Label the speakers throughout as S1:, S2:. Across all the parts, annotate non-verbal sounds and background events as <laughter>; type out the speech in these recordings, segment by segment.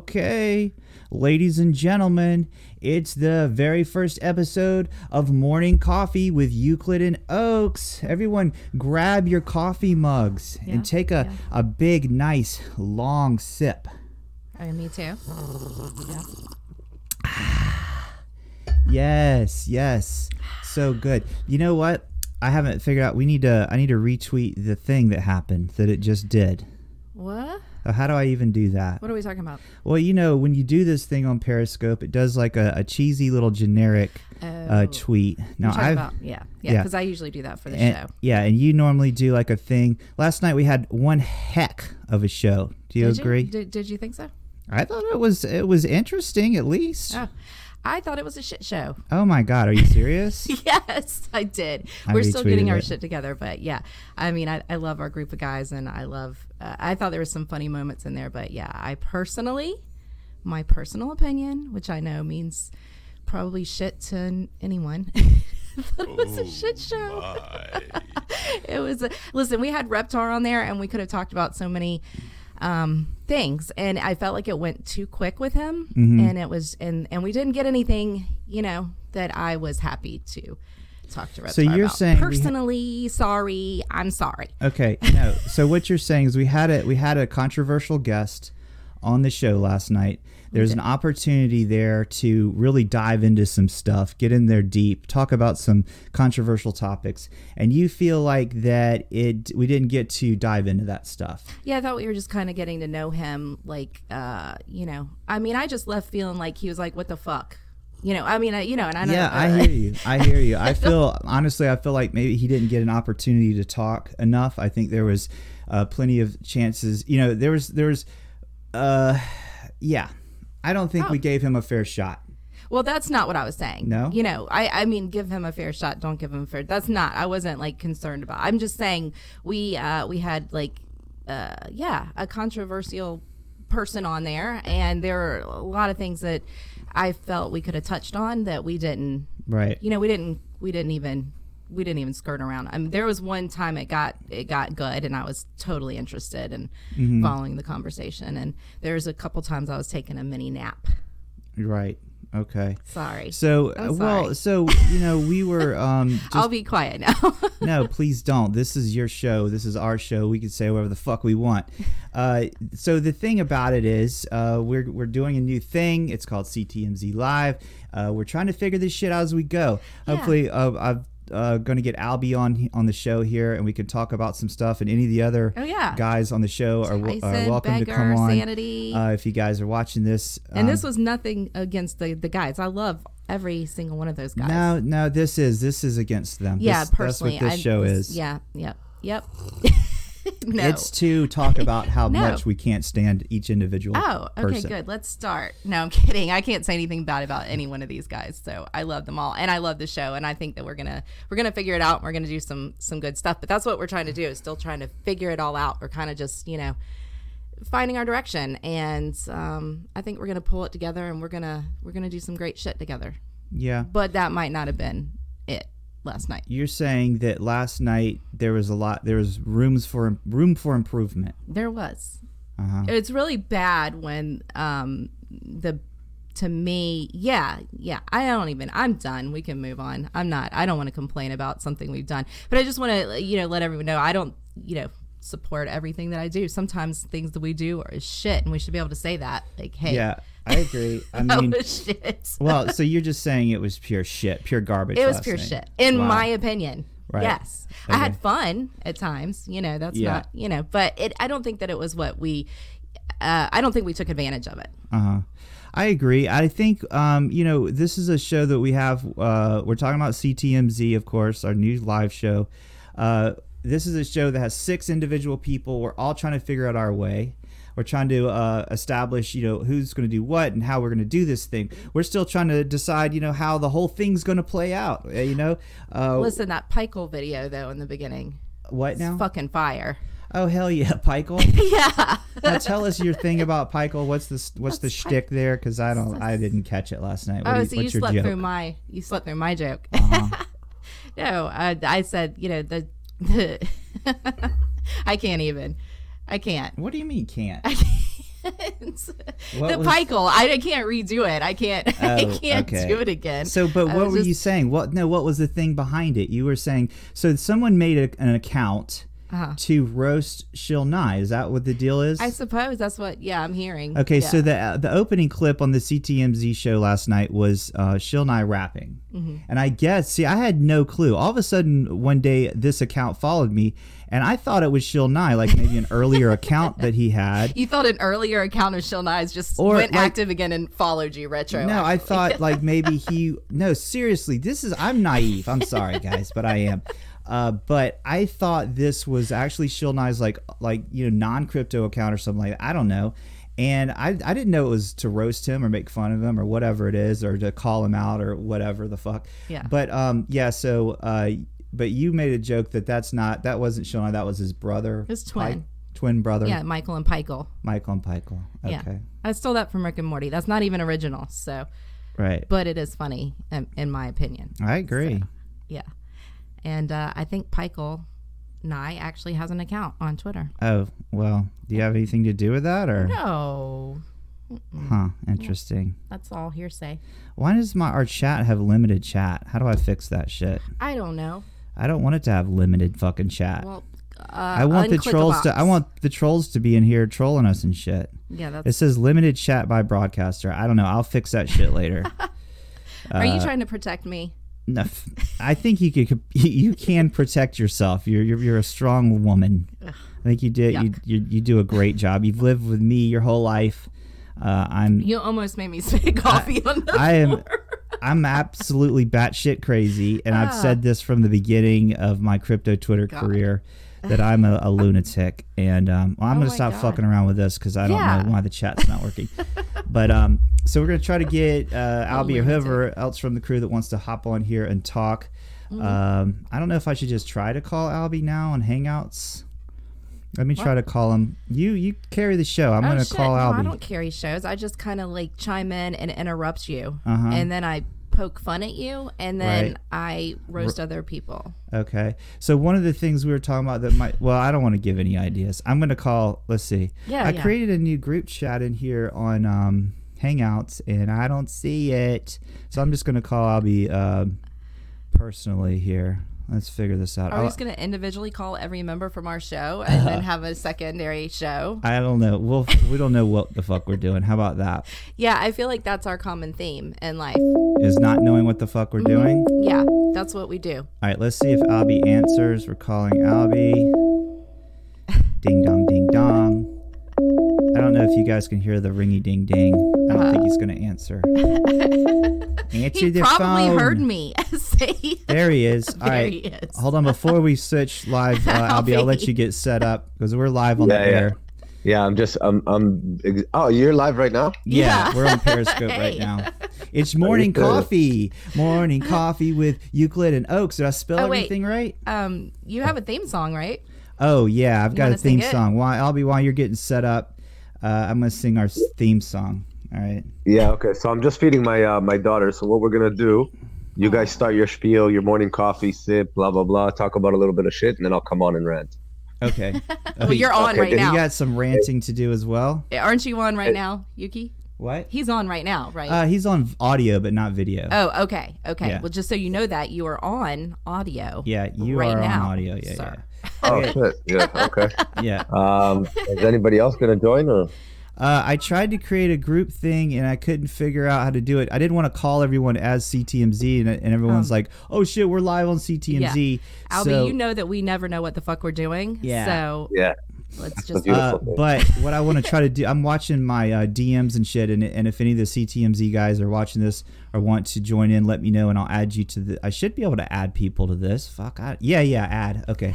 S1: Okay, ladies and gentlemen, it's the very first episode of Morning Coffee with Euclid and Oaks. Everyone, grab your coffee mugs
S2: Yeah,
S1: and take a, a big, nice, long sip.
S2: Oh, me too.
S1: Yes, yes. So good. You know what? I haven't figured out. We need to. I need to retweet the thing that happened that it just did.
S2: What?
S1: Uh, How do I even do that?
S2: What are we talking about?
S1: Well, you know, when you do this thing on Periscope, it does like a, a cheesy little generic uh,
S2: Oh.
S1: tweet. Now
S2: We're talking about yeah, yeah,
S1: yeah.
S2: because I usually do that for the
S1: and,
S2: show.
S1: yeah, and you normally do like a thing. Last night we had one heck of a show. Do you
S2: Did
S1: agree?
S2: Did, did you
S1: <laughs>
S2: think so?
S1: I thought it was it was interesting at least.
S2: Oh, I thought it was a shit show. <laughs>
S1: Oh my god, are you serious?
S2: Yes, I did.
S1: I
S2: We're still getting
S1: retweeted
S2: our
S1: it.
S2: shit together, but yeah, I mean, I, I love our group of guys, and I love. Uh, I thought there was some funny moments in there, but yeah, I personally, my personal opinion, which I know means probably shit to n- anyone, <laughs> thought it was a shit show. <laughs> it was a, listen we had reptar on there and we could have talked about so many um things and i felt like it went too quick with him
S1: Mm-hmm.
S2: and it was and and we didn't get anything you know that i was happy to talk to reptar
S1: So you're
S2: about.
S1: saying we ha-
S2: personally sorry i'm sorry
S1: Okay, no. So what you're saying is we had a we had a controversial guest on the show last night. There's an opportunity there to really dive into some stuff, get in there deep, talk about some controversial topics, and you feel like that it we didn't get to dive into that stuff.
S2: yeah i thought we were just kind of getting to know him like uh you know i mean i just left feeling like he was like what the fuck you know i mean I, you know and i don't
S1: Yeah,
S2: know,
S1: I hear you. I hear you.
S2: <laughs>
S1: I feel honestly, I feel like maybe he didn't get an opportunity to talk enough. I think there was uh, plenty of chances. You know, there was there was, uh, yeah. I don't think
S2: Oh.
S1: we gave him a fair shot.
S2: Well, that's not what I was saying.
S1: No?
S2: You know, I, I mean, give him a fair shot. Don't give him a fair. That's not. I wasn't like concerned about. I'm just saying we uh, we had like uh, yeah a controversial person on there, and there are a lot of things that I felt we could have touched on that we didn't.
S1: Right.
S2: You know, we didn't. We didn't even. We didn't even skirt around. I mean, there was one time it got it got good, and I was totally interested in following the conversation. And there was a couple times I was taking a mini nap.
S1: Right. Okay.
S2: Sorry.
S1: So uh, well,
S2: sorry.
S1: so you know, we were
S2: <laughs>
S1: um just
S2: I'll be
S1: <laughs>
S2: quiet now.
S1: no, please don't. This is your show. This is our show. We can say whatever the fuck we
S2: <laughs>
S1: want. Uh, so the thing about it is, uh, we're we're doing a new thing. It's called CTMZ Live. Uh, we're trying to figure this shit out as we go. Hopefully, uh, I'm uh, going to get Albie on on the show here, and we can talk about some stuff. And any of the other
S2: Oh, yeah.
S1: guys on the show are, w- are
S2: Tyson,
S1: uh, welcome to
S2: Beggar,
S1: come on.
S2: Sanity.
S1: Uh, if you guys are watching this,
S2: and
S1: um,
S2: this was nothing against the, the guys. I love every single one of those guys.
S1: no, no, this is this is against them.
S2: yeah,
S1: This-
S2: personally,
S1: that's what
S2: I-
S1: this show is.
S2: Yeah, yep, yep. <laughs> no.
S1: It's to
S2: <laughs>
S1: talk about how
S2: No.
S1: much we can't stand each individual.
S2: oh, okay,
S1: person.
S2: good. Let's start. No, I'm <laughs> kidding. I can't say anything bad about any one of these guys. So I love them all, and I love the show, and I think that we're gonna we're gonna figure it out. And we're gonna do some some good stuff. But that's what we're trying to do is still trying to figure it all out. We're kind of just you know finding our direction, and um, I think we're gonna pull it together, and we're gonna we're gonna do some great shit together.
S1: Yeah.
S2: but that might not have been it last night.
S1: You're saying that last night there was a lot. There was rooms for room for improvement.
S2: There was.
S1: Uh-huh.
S2: It's really bad when um the to me, yeah, yeah. I don't even. I'm done. We can move on. I'm not. I don't want to complain about something we've done, but I just want to you know let everyone know I don't you know support everything that I do. Sometimes things that we do are shit, and we should be able to say that. Like, hey,
S1: Yeah, I agree. I
S2: <laughs> that
S1: mean,
S2: was shit.
S1: well, so you're just saying it was pure shit, pure garbage.
S2: It was
S1: last
S2: pure
S1: night.
S2: shit, in
S1: Wow.
S2: my opinion.
S1: Right.
S2: Yes, I had fun at times. You know, that's
S1: Yeah.
S2: not you know, but it. I don't think that it was what we. Uh, I don't think we took advantage of it.
S1: Uh-huh. I agree. I think um, you know this is a show that we have. Uh, we're talking about CTMZ, of course, our new live show. Uh, this is a show that has six individual people. We're all trying to figure out our way. We're trying to uh, establish, you know, who's going to do what and how we're going to do this thing. We're still trying to decide, you know, how the whole thing's going to play out. uh, You know, uh,
S2: Listen, that Pikel video though in the beginning,
S1: what now?
S2: fucking fire. <laughs>
S1: Oh hell yeah, <laughs> Pikel!
S2: Yeah,
S1: now tell us your thing about Pikel. What's the what's the shtick there? Because I don't, I didn't catch it last night. What do
S2: oh,
S1: you-
S2: so you
S1: what's your Uh-huh.
S2: slept
S1: joke?
S2: through my you slept through my joke. <laughs> no, I, I said you know the <laughs> the. I can't even. I can't.
S1: What do you mean can't?
S2: <laughs> happens.
S1: What
S2: the
S1: was-
S2: Pikel. I, I can't redo it. I can't. <laughs>
S1: Oh,
S2: I can't
S1: okay.
S2: do it again.
S1: So, but
S2: I
S1: what
S2: was
S1: were
S2: just-
S1: you saying? What no? What was the thing behind it? You were saying so. Someone made a, an account
S2: Uh-huh.
S1: to roast Shil Nye. Is that what the deal is?
S2: I suppose that's what. Yeah, I'm hearing.
S1: okay,
S2: Yeah.
S1: so the uh, the opening clip on the CTMZ show last night was uh, Shil Nye rapping,
S2: Mm-hmm.
S1: and I guess see, I had no clue. All of a sudden, one day, this account followed me, and I thought it was Shil Nye, like maybe an earlier account that he had.
S2: you thought an earlier account of Shil Nye's just
S1: Or,
S2: went
S1: like-
S2: active again and followed you retro.
S1: No, I
S2: <laughs>
S1: thought like maybe he. No, seriously, this is. I'm naive. I'm sorry, guys, but I am. Uh, but I thought this was actually Shil Nye's like like you know non crypto account or something like that. I don't know, and I I didn't know it was to roast him or make fun of him or whatever it is or to call him out or whatever the fuck.
S2: Yeah.
S1: But um yeah so uh but you made a joke that that's not that wasn't Shil Nye that was his brother
S2: His twin.
S1: Pike- twin brother
S2: yeah, Michael and Pikel.
S1: Michael and Michael. Okay.
S2: Yeah. I stole that from Rick and Morty. That's not even original. So,
S1: Right.
S2: but it is funny in, in my opinion.
S1: I agree.
S2: Yeah, and uh, I think Pikel Nye actually has an account on Twitter.
S1: Oh, well, do you have anything to do with that or
S2: No,
S1: huh, interesting.
S2: that's all hearsay.
S1: Why does my our chat have limited chat? How do I fix that shit?
S2: I don't know.
S1: I don't want it to have limited fucking chat.
S2: Well, uh,
S1: I want the
S2: unclick
S1: trolls to
S2: box.
S1: I want the trolls to be in here trolling us and shit.
S2: Yeah, that's.
S1: It says limited chat by broadcaster. I don't know. I'll fix that shit
S2: <laughs>
S1: later.
S2: Are
S1: Uh,
S2: you trying to protect me?
S1: no, f- I think you could <laughs> you can protect yourself. You're you're, you're a strong woman. I think you did you,
S2: Yuck.
S1: you you do a great job. You've lived with me your whole life. Uh, I'm
S2: You almost made me <laughs> spit coffee on the
S1: <laughs> I am-
S2: floor.
S1: I'm absolutely batshit crazy, and I've
S2: Ah.
S1: said this from the beginning of my crypto Twitter
S2: <laughs>
S1: career that I'm a, a lunatic, and um, well, I'm
S2: Oh
S1: gonna
S2: my
S1: stop
S2: God.
S1: fucking around with this because I don't
S2: Yeah.
S1: know why the chat's not working. but um, so we're gonna try to get
S2: <laughs>
S1: uh, Albie or
S2: lunatic.
S1: whoever else from the crew that wants to hop on here and talk.
S2: Mm-hmm.
S1: Um, I don't know if I should just try to call Albie now on Hangouts. Let me try to call him. You you carry the show. I'm
S2: Oh,
S1: gonna
S2: shit,
S1: call
S2: no, I
S1: Albie.
S2: don't carry shows. I just kind of like chime in and interrupt you,
S1: Uh-huh.
S2: and then I poke fun at you, and then
S1: Right.
S2: I roast other people.
S1: Okay. So one of the things we were talking about that might well, I don't want to give any ideas. I'm gonna call let's see.
S2: Yeah,
S1: I
S2: yeah.
S1: created a new group chat in here on um Hangouts and I don't see it. So I'm just gonna call Albie um personally here. Let's figure this out.
S2: Are we
S1: I'll-
S2: just gonna individually call every member from
S1: <laughs>
S2: our show and then have a secondary show?
S1: I don't know. We'll we don't know what the fuck we're doing. How about that?
S2: Yeah, I feel like that's our common theme in life.
S1: Is not knowing what the fuck we're doing.
S2: Yeah, that's what we do.
S1: All right, let's see if Albie answers. We're calling Albie. Ding dong, ding dong. I don't know if you guys can hear the ringy ding ding. I don't think he's going to
S2: <laughs>
S1: answer. answer
S2: He
S1: the
S2: probably
S1: phone.
S2: heard me <laughs> say.
S1: There he
S2: <laughs>
S1: is. All
S2: There
S1: right,
S2: he is.
S1: hold on. Before we switch
S2: <laughs>
S1: live, uh, Albie, I'll let
S2: Albie.
S1: you get set up because we're live on
S3: Yeah,
S1: the
S3: yeah.
S1: air.
S3: Yeah, I'm just I'm I'm ex- oh, you're live right now?
S1: Yeah,
S2: Yeah.
S1: we're on Periscope right
S2: <laughs> Hey.
S1: now. It's morning
S3: good?
S1: coffee. Morning coffee with Euclid and Oaks. Did I spell
S2: Oh, wait.
S1: everything right?
S2: Um, you have a theme song, right?
S1: Oh yeah, I've got a
S2: wanna sing
S1: theme
S2: it?
S1: song. While I'll be while you're getting set up, uh, I'm gonna sing our s- theme song. All right.
S3: Yeah, okay. So I'm just feeding my uh, my daughter. So what we're gonna do, you guys start your spiel, your morning coffee sip, blah blah blah, talk about a little bit of shit, and then I'll come on and rant.
S1: Oh, Okay.
S2: <laughs> Well, you're on
S3: Okay,
S2: right
S3: you
S1: You
S2: now.
S1: got Uh, some ranting to do as well.
S2: Aren't you on right now, Yuki?
S1: What?
S2: He's on right now, right?
S1: Uh, he's on audio but not video.
S2: Oh, okay. Okay.
S1: Yeah.
S2: Well, just so you know that you are on audio.
S1: yeah, you
S2: right
S1: are
S2: now,
S1: on audio. Yeah,
S2: sir.
S3: Oh shit. Yeah. Okay.
S1: yeah, yeah.
S3: <laughs> Um, is anybody else gonna join or?
S1: Uh, I tried to create a group thing and I couldn't figure out how to do it. I didn't want to call everyone as CTMZ and, and everyone's like, "Oh shit, we're live on CTMZ."
S2: Albie,
S1: So-
S2: you know that we never know what the fuck we're doing.
S1: Yeah.
S2: So
S3: Yeah.
S2: let's just.
S3: you-
S1: Uh,
S3: Beautiful thing. <laughs>
S1: but what I want to try to do, I'm watching my uh, DMs and shit, and, and if any of the CTMZ guys are watching this or want to join in, let me know, and I'll add you to the. I should be able to add people to this. Fuck, I, yeah, yeah, add.
S3: <laughs>
S1: Okay,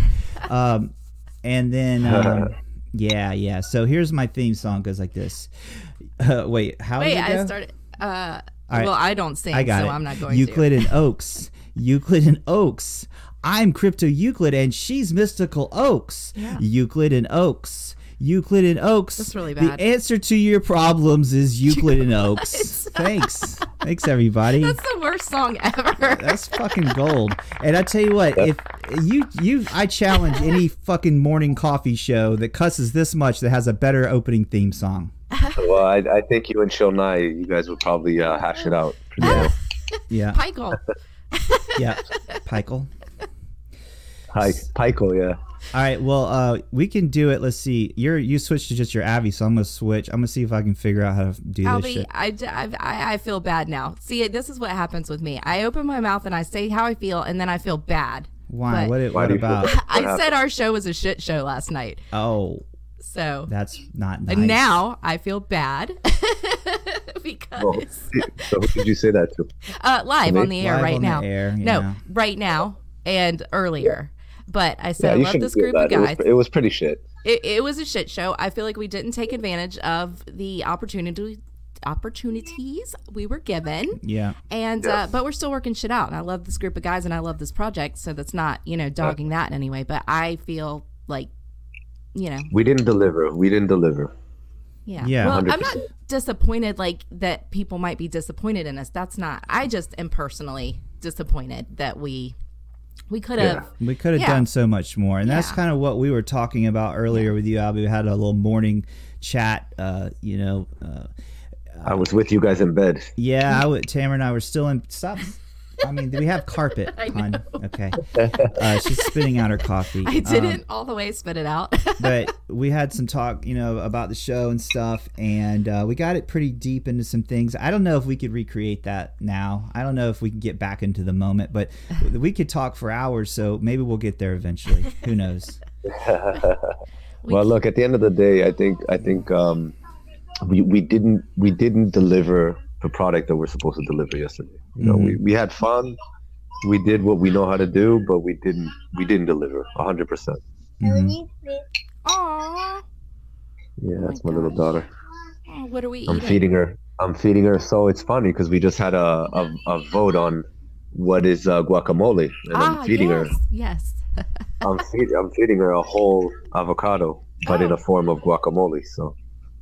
S1: um, and then um, yeah, yeah. So here's my theme song goes like this. <laughs> Uh, wait, how?
S2: wait,
S1: did it
S2: I
S1: go?
S2: started. Uh,
S1: All right.
S2: Well, I don't sing,
S1: I got
S2: so
S1: it.
S2: I'm not going
S1: Euclid and Oaks. Euclid and Oaks. I'm Crypto Euclid and she's Mystical Oaks. Euclid and Oaks. Euclid and Oaks.
S2: That's really
S1: The
S2: bad.
S1: answer to your problems is
S2: <laughs>
S1: Euclid and Oaks. Thanks. Thanks, everybody.
S2: to. That's the worst song
S1: <laughs>
S2: ever.
S1: That's fucking gold. And I tell you what, if you you I challenge any fucking morning coffee show that cusses this much that has a better opening theme song.
S3: well, I, I think you and Shonai, you guys would probably uh, hash it out.
S2: <laughs>
S3: pretty well.
S1: Yeah.
S2: Pykel. <laughs>
S1: Yeah. Pikel.
S3: Hi, Pikel, yeah.
S1: All right. Well, uh, we can do it. Let's see. You're you switched to just your Abby, so I'm gonna switch. I'm gonna see if I can figure out how to do
S2: I'll
S1: this
S2: be,
S1: shit.
S2: I, d- I, I- I feel bad now. See, this is what happens with me. I open my mouth and I say how I feel, and then I feel bad.
S1: Why?
S2: but-
S1: What? It,
S3: Why
S1: what
S3: do you feel
S1: about?
S3: bad?
S2: I
S3: What
S2: said our show was a shit show last night.
S1: Oh,
S2: So
S1: that's not nice.
S2: and Uh, now I feel bad <laughs> because
S3: Well, <laughs> so who did you say that to?
S2: uh, live on the air
S1: Live
S2: right
S1: on the
S2: now.
S1: air, yeah.
S2: No, right now and earlier. But I
S3: Yeah,
S2: said
S3: you
S2: I love
S3: shouldn't
S2: this
S3: feel
S2: group of
S3: bad. It was-
S2: guys.
S3: It was pretty shit.
S2: It, it was a shit show. I feel like we didn't take advantage of the opportunity opportunities we were given.
S1: Yeah.
S2: And uh, but we're still working shit out, and I love this group of guys, and I love this project. So that's not you know dogging that in any way, but I feel like you know
S3: We didn't deliver. We didn't deliver.
S2: yeah.
S1: Yeah.
S2: well, i am not disappointed like that. People might be disappointed in us. That's not. I just am personally disappointed that we we could have.
S1: We could have
S2: Yeah.
S1: done so much more. And that's
S2: Yeah.
S1: kind of what we were talking about earlier with you, Abby. We had a little morning chat, uh, you know. Uh,
S3: I was with you guys in bed.
S1: yeah, I would, Tamara and I were still in. Stop. I mean, we have
S2: <laughs>
S1: carpet, hon. Okay. Uh, she's spitting out her coffee.
S2: <laughs> I
S1: Um,
S2: didn't all the way spit it out. <laughs>
S1: but we had some talk, you know, about the show and stuff, and uh, we got it pretty deep into some things. I don't know if we could recreate that now. I don't know if we can get back into the moment,
S2: <laughs>
S1: but we could talk for hours. So maybe we'll get there eventually. Who knows?
S2: <laughs> We-
S3: well, look. At the end of the day, I think I think um, we we didn't we didn't deliver the product that we're supposed to deliver yesterday. You know, we, we had fun. We did what we know how to do, but we didn't we didn't deliver 100. percent
S1: Mhm.
S2: Aw.
S3: Yeah, that's my
S2: my
S3: little
S2: gosh.
S3: daughter.
S2: Oh, what are we
S3: I'm
S2: eating?
S3: feeding her. I'm feeding her. So it's funny because we just had a, a, a vote on what is uh, guacamole, and
S2: ah,
S3: I'm feeding
S2: yes,
S3: her.
S2: Yes.
S3: I'm feed, I'm feeding her a whole avocado, but in
S2: Oh.
S3: a form of guacamole. So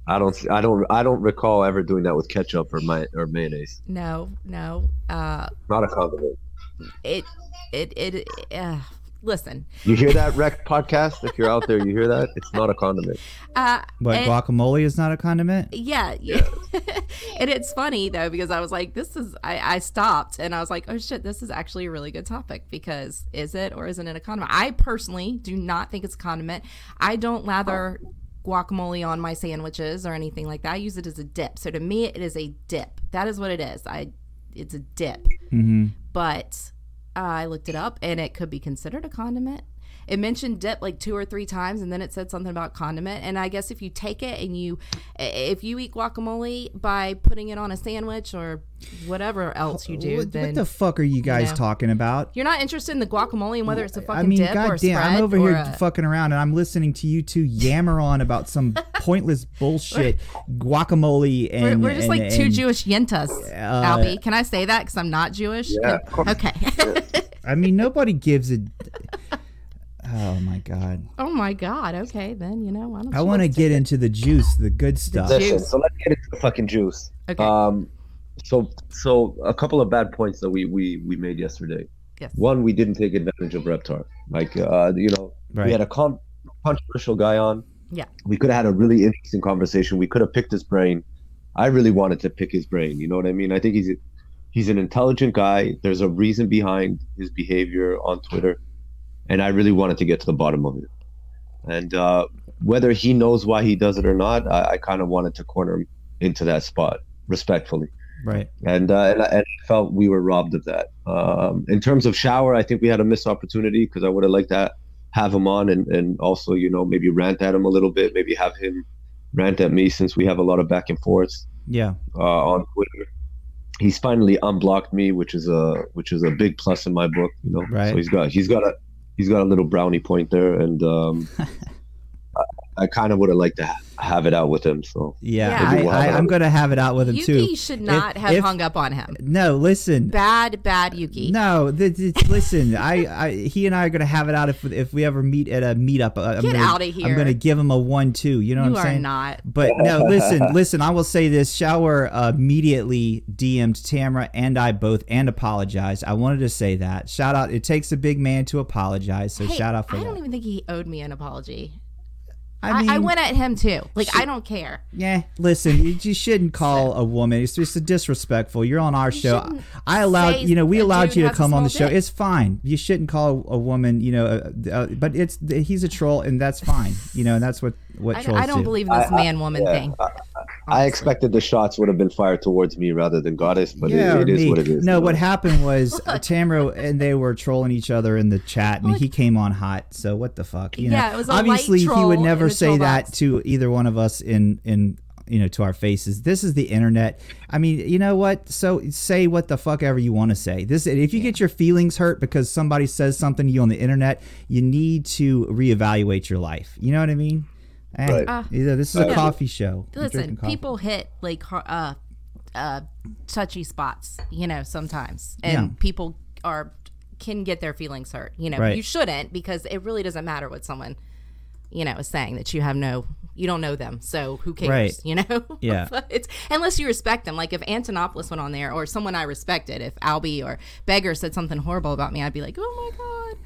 S3: I don't s- I don't I don't recall ever doing that with ketchup or my or mayonnaise.
S2: No. No. Uh,
S3: Not a condiment.
S2: it. It. It. Uh, listen.
S3: You hear that, Rec podcast? If you're out there, you hear that? It's not a condiment.
S2: Uh,
S1: But
S2: and-
S1: guacamole is not a condiment.
S2: Yeah, yeah. <laughs> and it's funny though because I was like, this is I, I stopped and I was like, oh shit, this is actually a really good topic because is it or isn't it a condiment? I personally do not think it's a condiment. I don't lather guacamole on my sandwiches or anything like that. I use it as a dip. So to me, it is a dip. That is what it is. I it's a dip.
S1: hmm
S2: But uh, I looked it up and it could be considered a condiment. It mentioned dip like two or three times, and then it said something about condiment. And I guess if you take it and you, i- if you eat guacamole by putting it on a sandwich or whatever else you do,
S1: what, what
S2: then
S1: the fuck are you guys
S2: know.
S1: talking about?
S2: you're not interested in the guacamole and whether it's a fucking
S1: I mean,
S2: dip or a
S1: goddamn,
S2: spread
S1: I'm over
S2: or
S1: here
S2: a,
S1: fucking around and I'm listening to you two yammer on about
S2: <laughs>
S1: some pointless bullshit guacamole
S2: we're,
S1: and
S2: we're just
S1: and-
S2: like two
S1: and- Uh,
S2: Jewish yentas, Albie. Can I say that? Because I'm not Jewish. Can-
S3: Yeah, of course.
S2: Okay. <laughs>
S1: I mean, nobody gives a. Oh my god!
S2: oh my God. Okay, then you know why don't
S1: I
S2: you
S1: want to
S2: let's-
S1: get into the juice, the good stuff.
S2: juice.
S3: Listen, so let's get into the fucking juice.
S2: Okay.
S3: Um, so so a couple of bad points that we we we made yesterday.
S2: Yes.
S3: One, we didn't take advantage of Reptar. Like uh, you know,
S1: Right.
S3: we had a con- controversial guy on.
S2: Yeah.
S3: We could have had a really interesting conversation. We could have picked his brain. I really wanted to pick his brain. You know what I mean? I think he's a, he's an intelligent guy. There's a reason behind his behavior on Twitter, and I really wanted to get to the bottom of it. And uh, whether he knows why he does it or not, I, I kind of wanted to corner him into that spot respectfully
S1: Right.
S3: and uh, and, I, and I felt we were robbed of that. Um, in terms of shower, I think we had a missed opportunity because I would have liked to have him on and, and also you know maybe rant at him a little bit, maybe have him rant at me since we have a lot of back and forths
S1: Yeah.
S3: uh, on Twitter. He's finally unblocked me, which is a which is a big plus in my book. You know,
S1: Right.
S3: so he's got he's got a he's got a little brownie point there, and um, I, I kind of would have liked to ha- have it out with him. So
S1: Yeah.
S2: Yeah.
S3: Maybe we'll
S1: I, I,
S3: have
S1: I'm gonna have it out with him
S2: Yuki
S1: too.
S2: should not have
S1: if-
S2: hung up on him.
S1: No, listen.
S2: Bad, bad Yuki.
S1: No, th- th- listen. I, I, he and I are gonna have it out if if we ever meet at a meetup. Uh, I'm
S2: Get
S1: gonna-
S2: outta
S1: I'm
S2: here.
S1: gonna give him a one-two. You know
S2: you
S1: what
S2: are
S1: I'm saying?
S2: not.
S1: But no, listen, listen. I will say this: Shower uh, immediately DM'd Tamara and I both and apologized. I wanted to say that. Shout out! It takes a big man to apologize, so
S2: Hey,
S1: shout out for
S2: I
S1: that.
S2: don't even think he owed me an apology. I, I went at him too. Like I don't care.
S1: Yeah, listen, you, you shouldn't call a woman. It's just disrespectful. You're on our show.
S2: shouldn't
S1: I allowed,
S2: say
S1: you know, we
S2: a
S1: allowed
S2: dude
S1: you to
S2: has a
S1: come on the show.
S2: small dick.
S1: It's fine. You shouldn't call a, a woman, you know, uh, uh, but it's he's a troll, and that's fine. You know, and that's what what
S2: I,
S1: trolls
S2: I don't
S1: do.
S2: believe in this
S3: I- I-
S2: man woman
S3: yeah,
S2: thing.
S3: I, I
S2: honestly.
S3: expected the shots would have been fired towards me rather than Goddess, but
S1: yeah,
S3: it,
S1: or
S3: it is
S1: me.
S3: what it is.
S1: No,
S3: you
S1: what
S3: know.
S1: happened
S2: <laughs>
S1: was uh, Tamro and they were trolling each other in the chat, and
S2: Look.
S1: he came on hot. So what the fuck? You
S2: Yeah,
S1: know?
S2: it was a light
S1: obviously he
S2: troll
S1: would
S2: in
S1: never
S2: the
S1: say
S2: troll
S1: that
S2: box.
S1: to either one of us in in you know to our faces. This is the internet. I mean, you know what? So say what the fuck ever you want to say. This if you get your feelings hurt because somebody says something to you on the internet, you need to reevaluate your life. You know what I mean? And,
S3: Right.
S2: Uh,
S1: you know, this is a
S3: Yeah.
S1: coffee show. I'm
S2: Listen,
S1: drinking coffee.
S2: people hit like har- uh, uh, touchy spots, you know, sometimes, and
S1: Yeah.
S2: people are can get their feelings hurt. You know,
S1: Right.
S2: you shouldn't because it really doesn't matter what someone, you know, is saying that you have no, you don't know them, so who cares?
S1: Right.
S2: <laughs> You know,
S1: Yeah.
S2: But it's unless you respect them. Like if Antonopoulos went on there or someone I respected, if Albie or Beggar said something horrible about me, I'd be like, oh my god,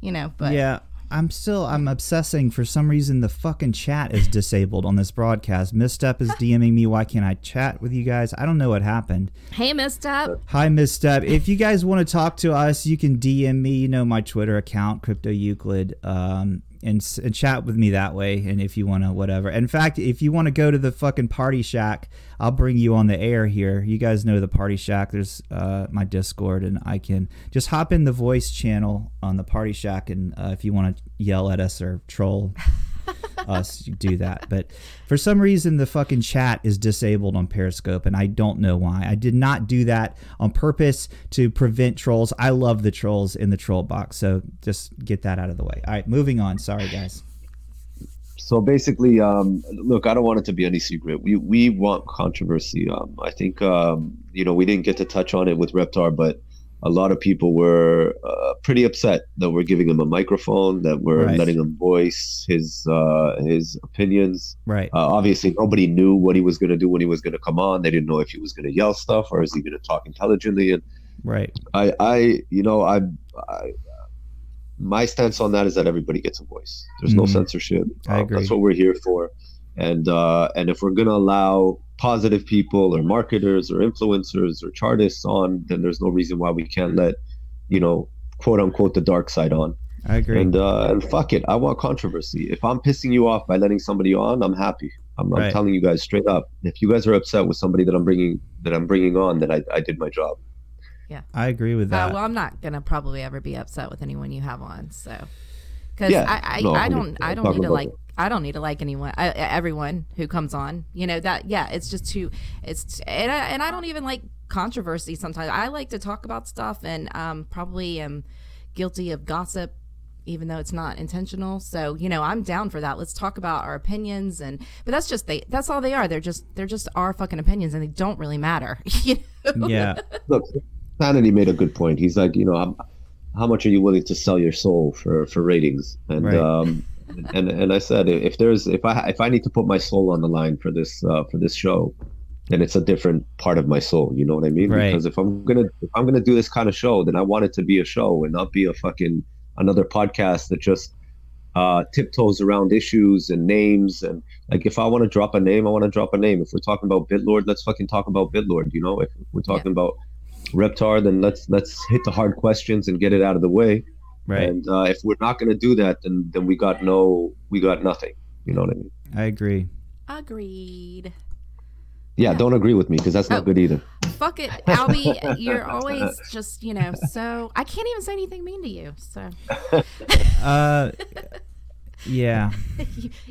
S2: you know. But
S1: Yeah. I'm still I'm obsessing for some reason the fucking chat is disabled on this broadcast. Misstep is DMing me, why can't I chat with you guys? I don't know what happened.
S2: hey, messed up.
S1: Hi Misstep. If you guys want to talk to us, you can DM me, you know my Twitter account, Crypto Euclid, um and, s- and chat with me that way and if you want to whatever. In fact, if you want to go to the fucking party shack, I'll bring you on the air here. You guys know the party shack. There's uh, my Discord and I can just hop in the voice channel on the party shack and uh, if you want to yell at us or troll us you do that. But for some reason, the fucking chat is disabled on Periscope, and I don't know why. I did not do that on purpose to prevent trolls. I love the trolls in the troll box, so just get that out of the way. All right, moving on. Sorry, guys.
S3: So basically, um, look, I don't want it to be any secret. We we want controversy. Um, I think um, you know we didn't get to touch on it with Reptar, but a lot of people were uh, pretty upset that we're giving him a microphone, that we're
S1: Right.
S3: letting him voice his uh, his opinions.
S1: Right.
S3: Uh, obviously, nobody knew what he was going to do when he was going to come on. They didn't know if he was going to yell stuff or is he going to talk intelligently. And
S1: Right.
S3: I, I, you know, I, I, my stance on that is that everybody gets a voice. There's no
S1: Mhm.
S3: censorship.
S1: I
S3: Um,
S1: agree.
S3: That's what we're here for, and uh, and if we're gonna allow positive people or marketers or influencers or chartists on, then there's no reason why we can't let, you know, quote unquote, the dark side on.
S1: I agree.
S3: And uh, and fuck it, I want controversy. If I'm pissing you off by letting somebody on, I'm happy. I'm,
S1: Right.
S3: I'm telling you guys straight up. If you guys are upset with somebody that I'm bringing that I'm bringing on, then I, I did my job.
S1: I agree with
S2: Uh,
S1: that.
S2: well, I'm not gonna probably ever be upset with anyone you have on, so because
S3: Yeah,
S2: I I,
S3: no,
S2: I don't I
S3: we- we're
S2: don't need
S3: talking
S2: to
S3: about
S2: like I don't need to like anyone I, I- everyone who comes on. You know that yeah, it's just too it's and I, and I don't even like controversy sometimes. I like to talk about stuff and um probably am guilty of gossip even though it's not intentional. So, you know, I'm down for that. Let's talk about our opinions and but that's just they that's all they are. They're just they're just our fucking opinions and they don't really matter. <laughs> you
S1: <laughs>
S2: know?
S1: yeah.
S3: look, Sanity made a good point. He's like, you know, how, how much are you willing to sell your soul for for ratings? And
S1: Right.
S3: um, and and I said, if there's if I if I need to put my soul on the line for this uh, for this show, then it's a different part of my soul. You know what I mean?
S1: Right.
S3: Because if I'm gonna if I'm gonna do this kind of show, then I want it to be a show and not be a fucking another podcast that just uh, tiptoes around issues and names and like if I want to drop a name, I want to drop a name. If we're talking about BitLord, let's fucking talk about BitLord. You know, if we're talking about Reptar, then let's let's hit the hard questions and get it out of the way.
S1: Right.
S3: And uh, if we're not gonna do that, then then we got no, we got nothing. You know what I mean?
S1: I agree.
S2: Agreed.
S3: Yeah, don't agree with me because that's not
S2: Oh. <laughs>
S3: good either.
S2: Fuck
S1: <laughs>
S2: it, Albie. You're always just, you know, so I can't even say anything mean to you. So <laughs>
S1: Uh, yeah.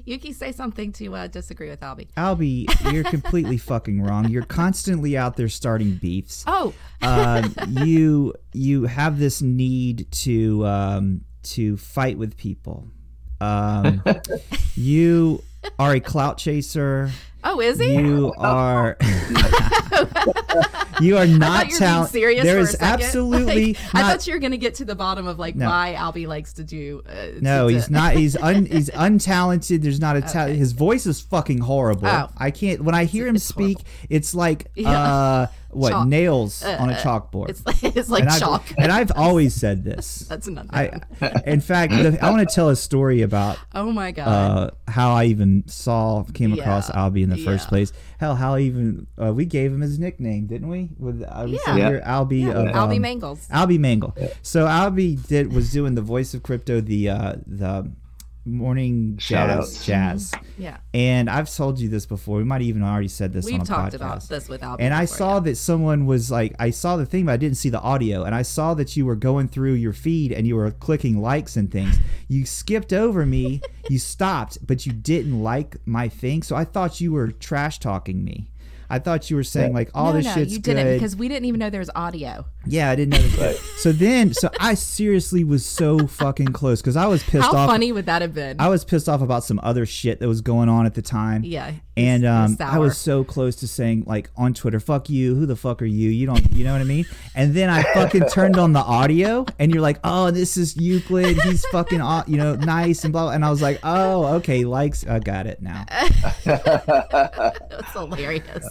S2: Yuki, say something to uh, disagree with Albie.
S1: Albie, you're completely fucking wrong. You're constantly out there starting beefs.
S2: Oh,
S1: um, you you have this need to um, to fight with people.
S3: <laughs>
S1: Um, you are a clout chaser.
S2: oh, <laughs> is he?
S1: You are you are not
S2: I thought you were being
S1: talent.
S2: serious
S1: There
S2: for a
S1: is
S2: second. <laughs>
S1: absolutely
S2: Like, I
S1: not.
S2: thought you were gonna get to the bottom of like
S1: No.
S2: why Albie likes to do. Uh,
S1: No,
S2: to-
S1: he's
S2: to-
S1: not. He's un.
S2: <laughs>
S1: He's untalented. There's not a ta-
S2: Okay.
S1: His voice is fucking horrible.
S2: Oh.
S1: I can't. When I hear him
S2: it's
S1: speak, it's like
S2: Yeah.
S1: uh, what
S2: Chalk.
S1: nails
S2: Uh,
S1: on a
S2: uh,
S1: chalkboard.
S2: It's like, <laughs> it's like
S1: and I've,
S2: chalk.
S1: and I've always said this.
S2: <laughs> That's another
S1: I,
S2: one.
S1: in fact, the, I want to tell a story about
S2: Oh my god.
S1: uh, how I even saw came across
S2: Yeah.
S1: Albie in the first
S2: Yeah.
S1: place. Hell, how I even uh, we gave him his nickname, didn't we? With uh, we said
S2: Yeah.
S1: you're Albie,
S2: yeah,
S1: of,
S2: Albie
S1: um,
S2: Mangles.
S1: Albie Mangle. So Albie did was doing the voice of crypto, the uh, the morning
S3: Shout
S1: jazz
S3: outs.
S1: jazz.
S2: Yeah,
S1: And I've told you this before. We might even already said this. on
S2: we've
S1: a
S2: talked
S1: podcast.
S2: about this with Albie.
S1: And I
S2: before,
S1: saw that someone was like, I saw the thing, but I didn't see the audio. And I saw that you were going through your feed and you were clicking likes and things. You skipped over
S2: <laughs>
S1: me, you stopped, but you didn't like my thing. So I thought you were trash talking me. I thought you were saying like all
S2: no,
S1: this
S2: no,
S1: shit's
S2: you
S1: good.
S2: didn't because we didn't even know there was audio.
S1: yeah, I didn't
S2: <laughs>
S1: know. This So then, so I seriously was so fucking close because I was pissed
S2: How
S1: off.
S2: funny would that have been?
S1: I was pissed off about some other shit that was going on at the time.
S2: yeah,
S1: And
S2: it was
S1: um, I was so close to saying like on Twitter, "Fuck you! Who the fuck are you? You don't, you know what I mean?" And then I fucking turned on the audio, and you're like, "Oh, this is Euclid. He's fucking, aw- you know, nice and blah." blah." And I was like, "Oh, okay, likes. I got it now."
S2: sour. It's hilarious.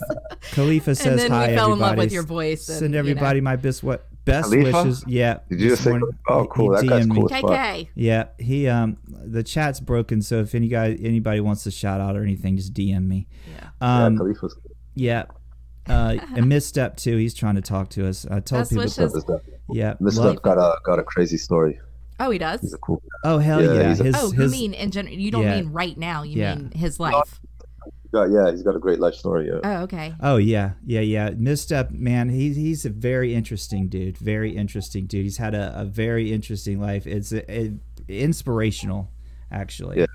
S1: Khalifa
S2: and
S1: Uh, says
S2: then
S1: hi.
S2: we fell in love
S1: everybody.
S2: with your voice. And,
S1: Send
S2: you know,
S1: everybody my best what best
S3: Khalifa?
S1: wishes. Yeah.
S3: Did you
S1: this
S3: just say-
S1: morning.
S3: oh,
S1: He-
S3: cool,
S1: he
S3: that guy's
S1: DM'd me.
S3: cool.
S2: KK.
S1: Yeah, he um the chat's broken, so if any guy anybody wants to shout out or anything, just DM me.
S2: Yeah.
S1: Um,
S3: yeah, Khalifa's
S1: Yeah. Uh, and misstep too. He's trying to talk to us. I told
S2: Best
S1: people.
S2: wishes. Just-
S3: Mr. Steph.
S1: Yeah.
S3: Mr.
S1: love-
S3: Steph got a got a crazy story.
S2: Oh, he
S3: He's
S2: does.
S3: a cool.
S1: oh hell
S3: Yeah,
S1: yeah!
S3: he's a-
S1: His
S2: Oh, you
S1: his
S2: mean in general? You don't
S1: yeah.
S2: mean right now. You
S1: Yeah.
S2: mean his life.
S3: He got, yeah, he's got a great life story. Yeah.
S2: Oh, okay.
S1: oh yeah yeah yeah misstep man. He's he's a very interesting dude. Very interesting dude. He's had a, a very interesting life. It's a, a- inspirational actually.
S3: Yeah.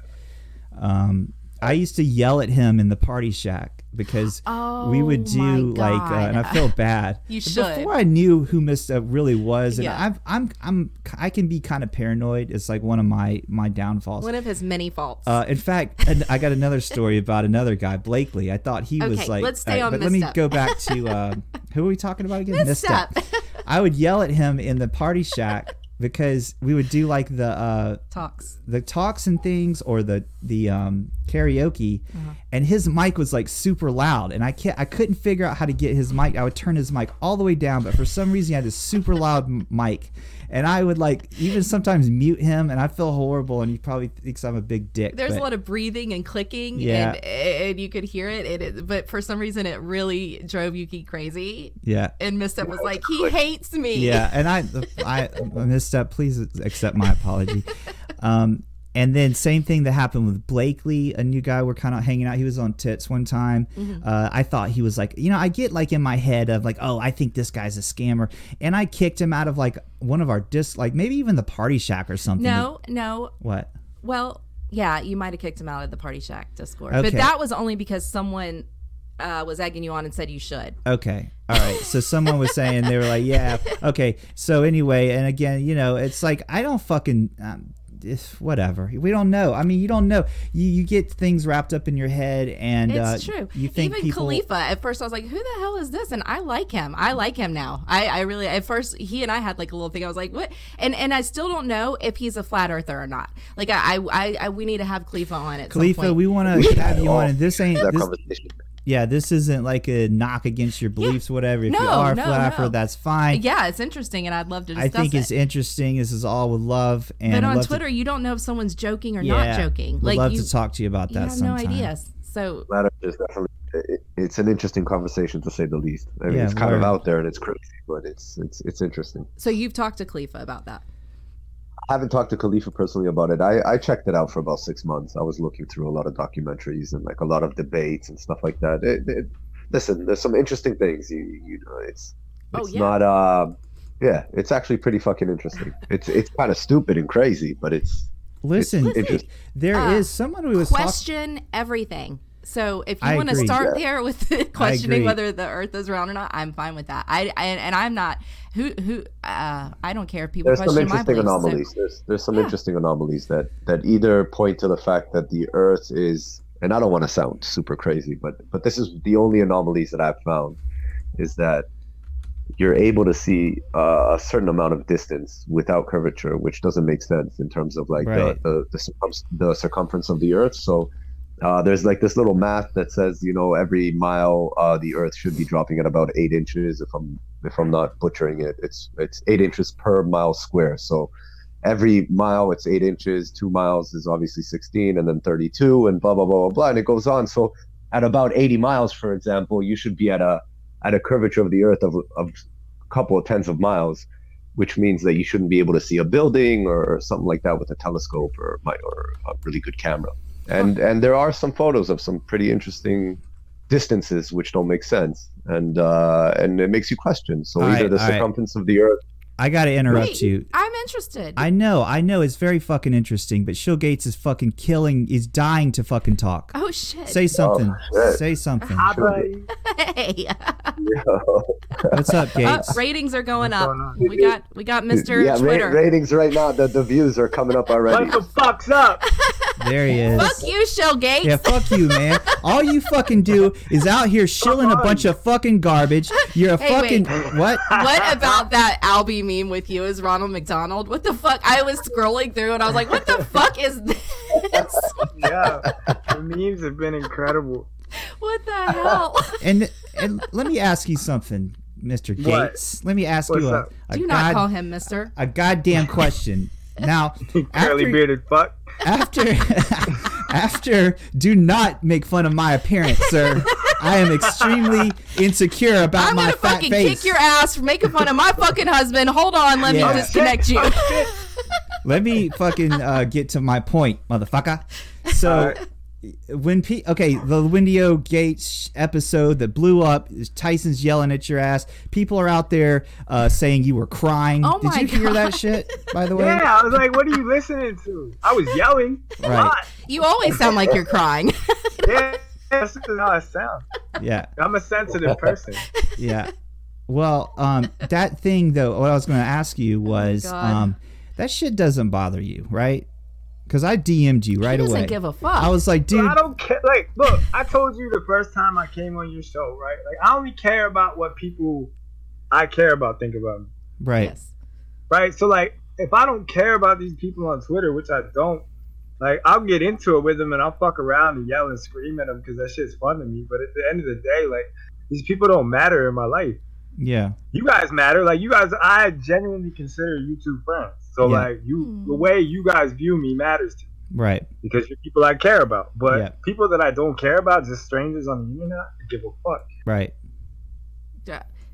S1: Um, I used to yell at him in the party shack because.
S2: Oh,
S1: we would
S2: my
S1: do like, uh, and I
S2: God.
S1: feel bad.
S2: You
S1: But
S2: should.
S1: Before I knew who Miss uh, really was, and
S2: Yeah.
S1: I've, I'm, I'm, I can be kind of paranoid. It's like one of my my downfalls.
S2: <laughs> One of his many faults.
S1: Uh, in fact, and I got another story <laughs> about another guy, Blakely. I thought he was
S2: Okay,
S1: like.
S2: let's stay
S1: all
S2: on
S1: but let me
S2: Misstep. <laughs>
S1: go back to uh, who are we talking about again?
S2: Misstep.
S1: I would yell at him in the party
S2: <laughs>
S1: shack because we would do like the uh,
S2: Talks.
S1: the talks and things or the the um, karaoke,
S2: Uh-huh.
S1: and his mic was like super loud, and I can't I couldn't figure out how to get his mic. I would turn his mic all the way down, but for some reason he had this super loud m- mic, and I would like even sometimes mute him, and I feel horrible, and he probably thinks I'm a big dick.
S2: There's
S1: but-
S2: a lot of breathing and clicking,
S1: Yeah.
S2: and and you could hear it, and it. But for some reason, it really drove Yuki crazy.
S1: yeah.
S2: And Misstep was like, "He hates me."
S1: Yeah, and I I misstep. Please accept my apology. Um, and then same thing that happened with Blakely, a new guy. We're kind of hanging out. He was on tits one time.
S2: Mm-hmm.
S1: Uh, I thought he was like, you know, I get like in my head of like, oh, I think this guy's a scammer, and I kicked him out of like one of our dis, like maybe even the party shack or something.
S2: No, no.
S1: What?
S2: Well, yeah, you might have kicked him out of the Party Shack Discord, but
S1: Okay.
S2: that was only because someone uh, was egging you on and said you should.
S1: Okay. All right. So someone was saying they were like, yeah. Okay. So anyway, and again, you know, it's like I don't fucking um, it's whatever. We don't know. I mean, you don't know. You you get things wrapped up in your head, and
S2: It's
S1: uh,
S2: true.
S1: You think
S2: Even
S1: people?
S2: Khalifa, at first I was like, who the hell is this? And I like him. I like him now. I, I really, at first, he and I had like a little thing. I was like, what? And and I still don't know if he's a flat earther or not. Like, I, I, I, I we need to have Khalifa on at some
S1: Khalifa,
S2: point.
S1: we want to have you on, and this ain't
S3: That
S1: this,
S3: conversation.
S1: yeah. This isn't like a knock against your beliefs, whatever. If you
S2: No,
S1: are a
S2: no,
S1: flapper,
S2: no.
S1: that's fine.
S2: yeah, it's interesting, and I'd love to
S1: I
S2: discuss
S1: think
S2: it.
S1: it's interesting. This is all with love, and
S2: but
S1: I'd
S2: on
S1: love to-
S2: Twitter, you don't know if someone's joking or
S1: yeah,
S2: not joking.
S1: Would
S2: Like,
S1: love
S2: you,
S1: to talk to you about
S2: you
S1: that.
S2: have
S1: sometime.
S2: no idea. So
S3: Matter is definitely. it- It's an interesting conversation to say the least. I mean,
S1: Yeah,
S3: it's kind of
S1: word.
S3: out there and it's crazy, but it's it's it's interesting.
S2: So you've talked to Khalifa about that.
S3: I haven't talked to Khalifa personally about it. I, I checked it out for about six months. I was looking through a lot of documentaries and like a lot of debates and stuff like that. It, it, listen, there's some interesting things. You you know, it's
S2: Oh,
S3: it's
S2: yeah.
S3: not uh, yeah, it's actually pretty fucking interesting. It's it's kind of stupid and crazy, but it's
S1: Listen,
S3: Listen,
S1: there is
S2: uh,
S1: someone who was talking.
S2: Question everything. So if you
S1: I
S2: want to
S1: agree.
S2: start there with <laughs> questioning
S1: agree.
S2: whether the Earth is round or not, I'm fine with that. I, I and I'm not who who uh, I don't care if people
S3: there's
S2: question
S3: some
S2: my
S3: interesting
S2: beliefs. so-
S3: anomalies. There's there's some
S2: Yeah.
S3: interesting anomalies that that either point to the fact that the Earth is, and I don't want to sound super crazy, but but this is the only anomalies that I've found is that you're able to see uh, a certain amount of distance without curvature, which doesn't make sense in terms of like
S1: Right.
S3: the the the, circum- the circumference of the Earth. So Uh, there's like this little math that says, you know, every mile uh, the Earth should be dropping at about eight inches. If I'm if I'm not butchering it, it's it's eight inches per mile square. So every mile it's eight inches. Two miles is obviously 16, and then 32, and blah blah blah blah blah, and it goes on. So at about 80 miles, for example, you should be at a at a curvature of the Earth of of a couple of tens of miles, which means that you shouldn't be able to see a building or something like that with a telescope or my or a really good camera and and there are some photos of some pretty interesting distances which don't make sense and uh and it makes you question so
S1: All
S3: either
S1: right,
S3: the
S1: all right.
S3: circumference of the earth
S1: I got to interrupt
S2: Wait,
S1: you.
S2: I'm interested.
S1: I know, I know. It's very fucking interesting, but Shill Gates is fucking killing. He's dying to fucking talk.
S2: oh shit.
S1: Say something.
S3: shit.
S1: Say something.
S4: Hi, buddy.
S2: <laughs> hey.
S1: What's up,
S2: Uh,
S1: Gates?
S2: <laughs> ratings are going
S4: What's
S2: up.
S4: going on?
S2: We got we got Mr.
S3: yeah ra-
S2: Twitter.
S3: ratings right now the, the views are coming up already
S4: What the fuck's up?
S1: There he is.
S2: Fuck you, Shell Gates.
S1: Yeah, fuck you, man. All you fucking do is out here shilling a
S4: on.
S1: bunch of fucking garbage. You're a
S2: Hey,
S1: fucking what?
S2: <laughs> What about that Albie meme with you is Ronald McDonald? What the fuck? I was scrolling through and I was like, what the fuck is this? <laughs>
S4: Yeah, the memes have been incredible. <laughs>
S2: What the
S1: <laughs>
S2: hell?
S1: And and let me ask you something, Mr.
S4: What?
S1: Gates. Let me ask
S4: What's
S1: you a,
S4: up?
S1: a,
S2: Do not call
S1: god,
S2: him mister.
S1: a goddamn question.
S2: <laughs>
S1: Now,
S4: Curly
S1: after-
S4: bearded fuck.
S1: after <laughs> after do not make fun of my appearance, sir. I am extremely insecure about
S2: I'm
S1: my
S2: gonna
S1: fat
S2: fucking
S1: face.
S2: kick your ass for making fun of my fucking husband. Hold on, let
S1: Yeah.
S2: me
S1: <laughs>
S2: disconnect you.
S1: Let me fucking uh, get to my point, motherfucker. So when P okay, the Windio Gates episode that blew up, Tyson's yelling at your ass. People are out there uh, saying you were crying.
S2: Oh
S1: Did
S2: my
S1: you hear that
S2: God.
S1: shit? By the way,
S4: Yeah, I was like, what are you listening to? I was yelling. a
S1: Right.
S4: lot.
S2: You always sound like you're crying.
S4: Yeah, that's just how I sound.
S1: yeah,
S4: I'm a sensitive person.
S1: yeah. Well, um, that thing though, what I was going to ask you was,
S2: Oh God.
S1: um, that shit doesn't bother you, right? Because I DM'd you <laughs> right
S2: he doesn't
S1: away.
S2: give a fuck.
S1: I was like, dude,
S4: I don't care. Like, look, I told you the first time I came on your show, right? Like, I only care about what people I care about think about me,
S1: right?
S2: Yes.
S4: right? So, like, if I don't care about these people on Twitter, which I don't, like, I'll get into it with them and I'll fuck around and yell and scream at them because that shit's fun to me. But at the end of the day, like, these people don't matter in my life.
S1: Yeah,
S4: you guys matter. Like you guys, I genuinely consider you two friends. So
S1: Yeah.
S4: like you,
S2: Hmm.
S4: the way you guys view me matters to me
S1: right.
S4: because you're people I care about. But
S1: Yeah.
S4: people that I don't care about, just strangers on the internet, I give a fuck.
S1: Right.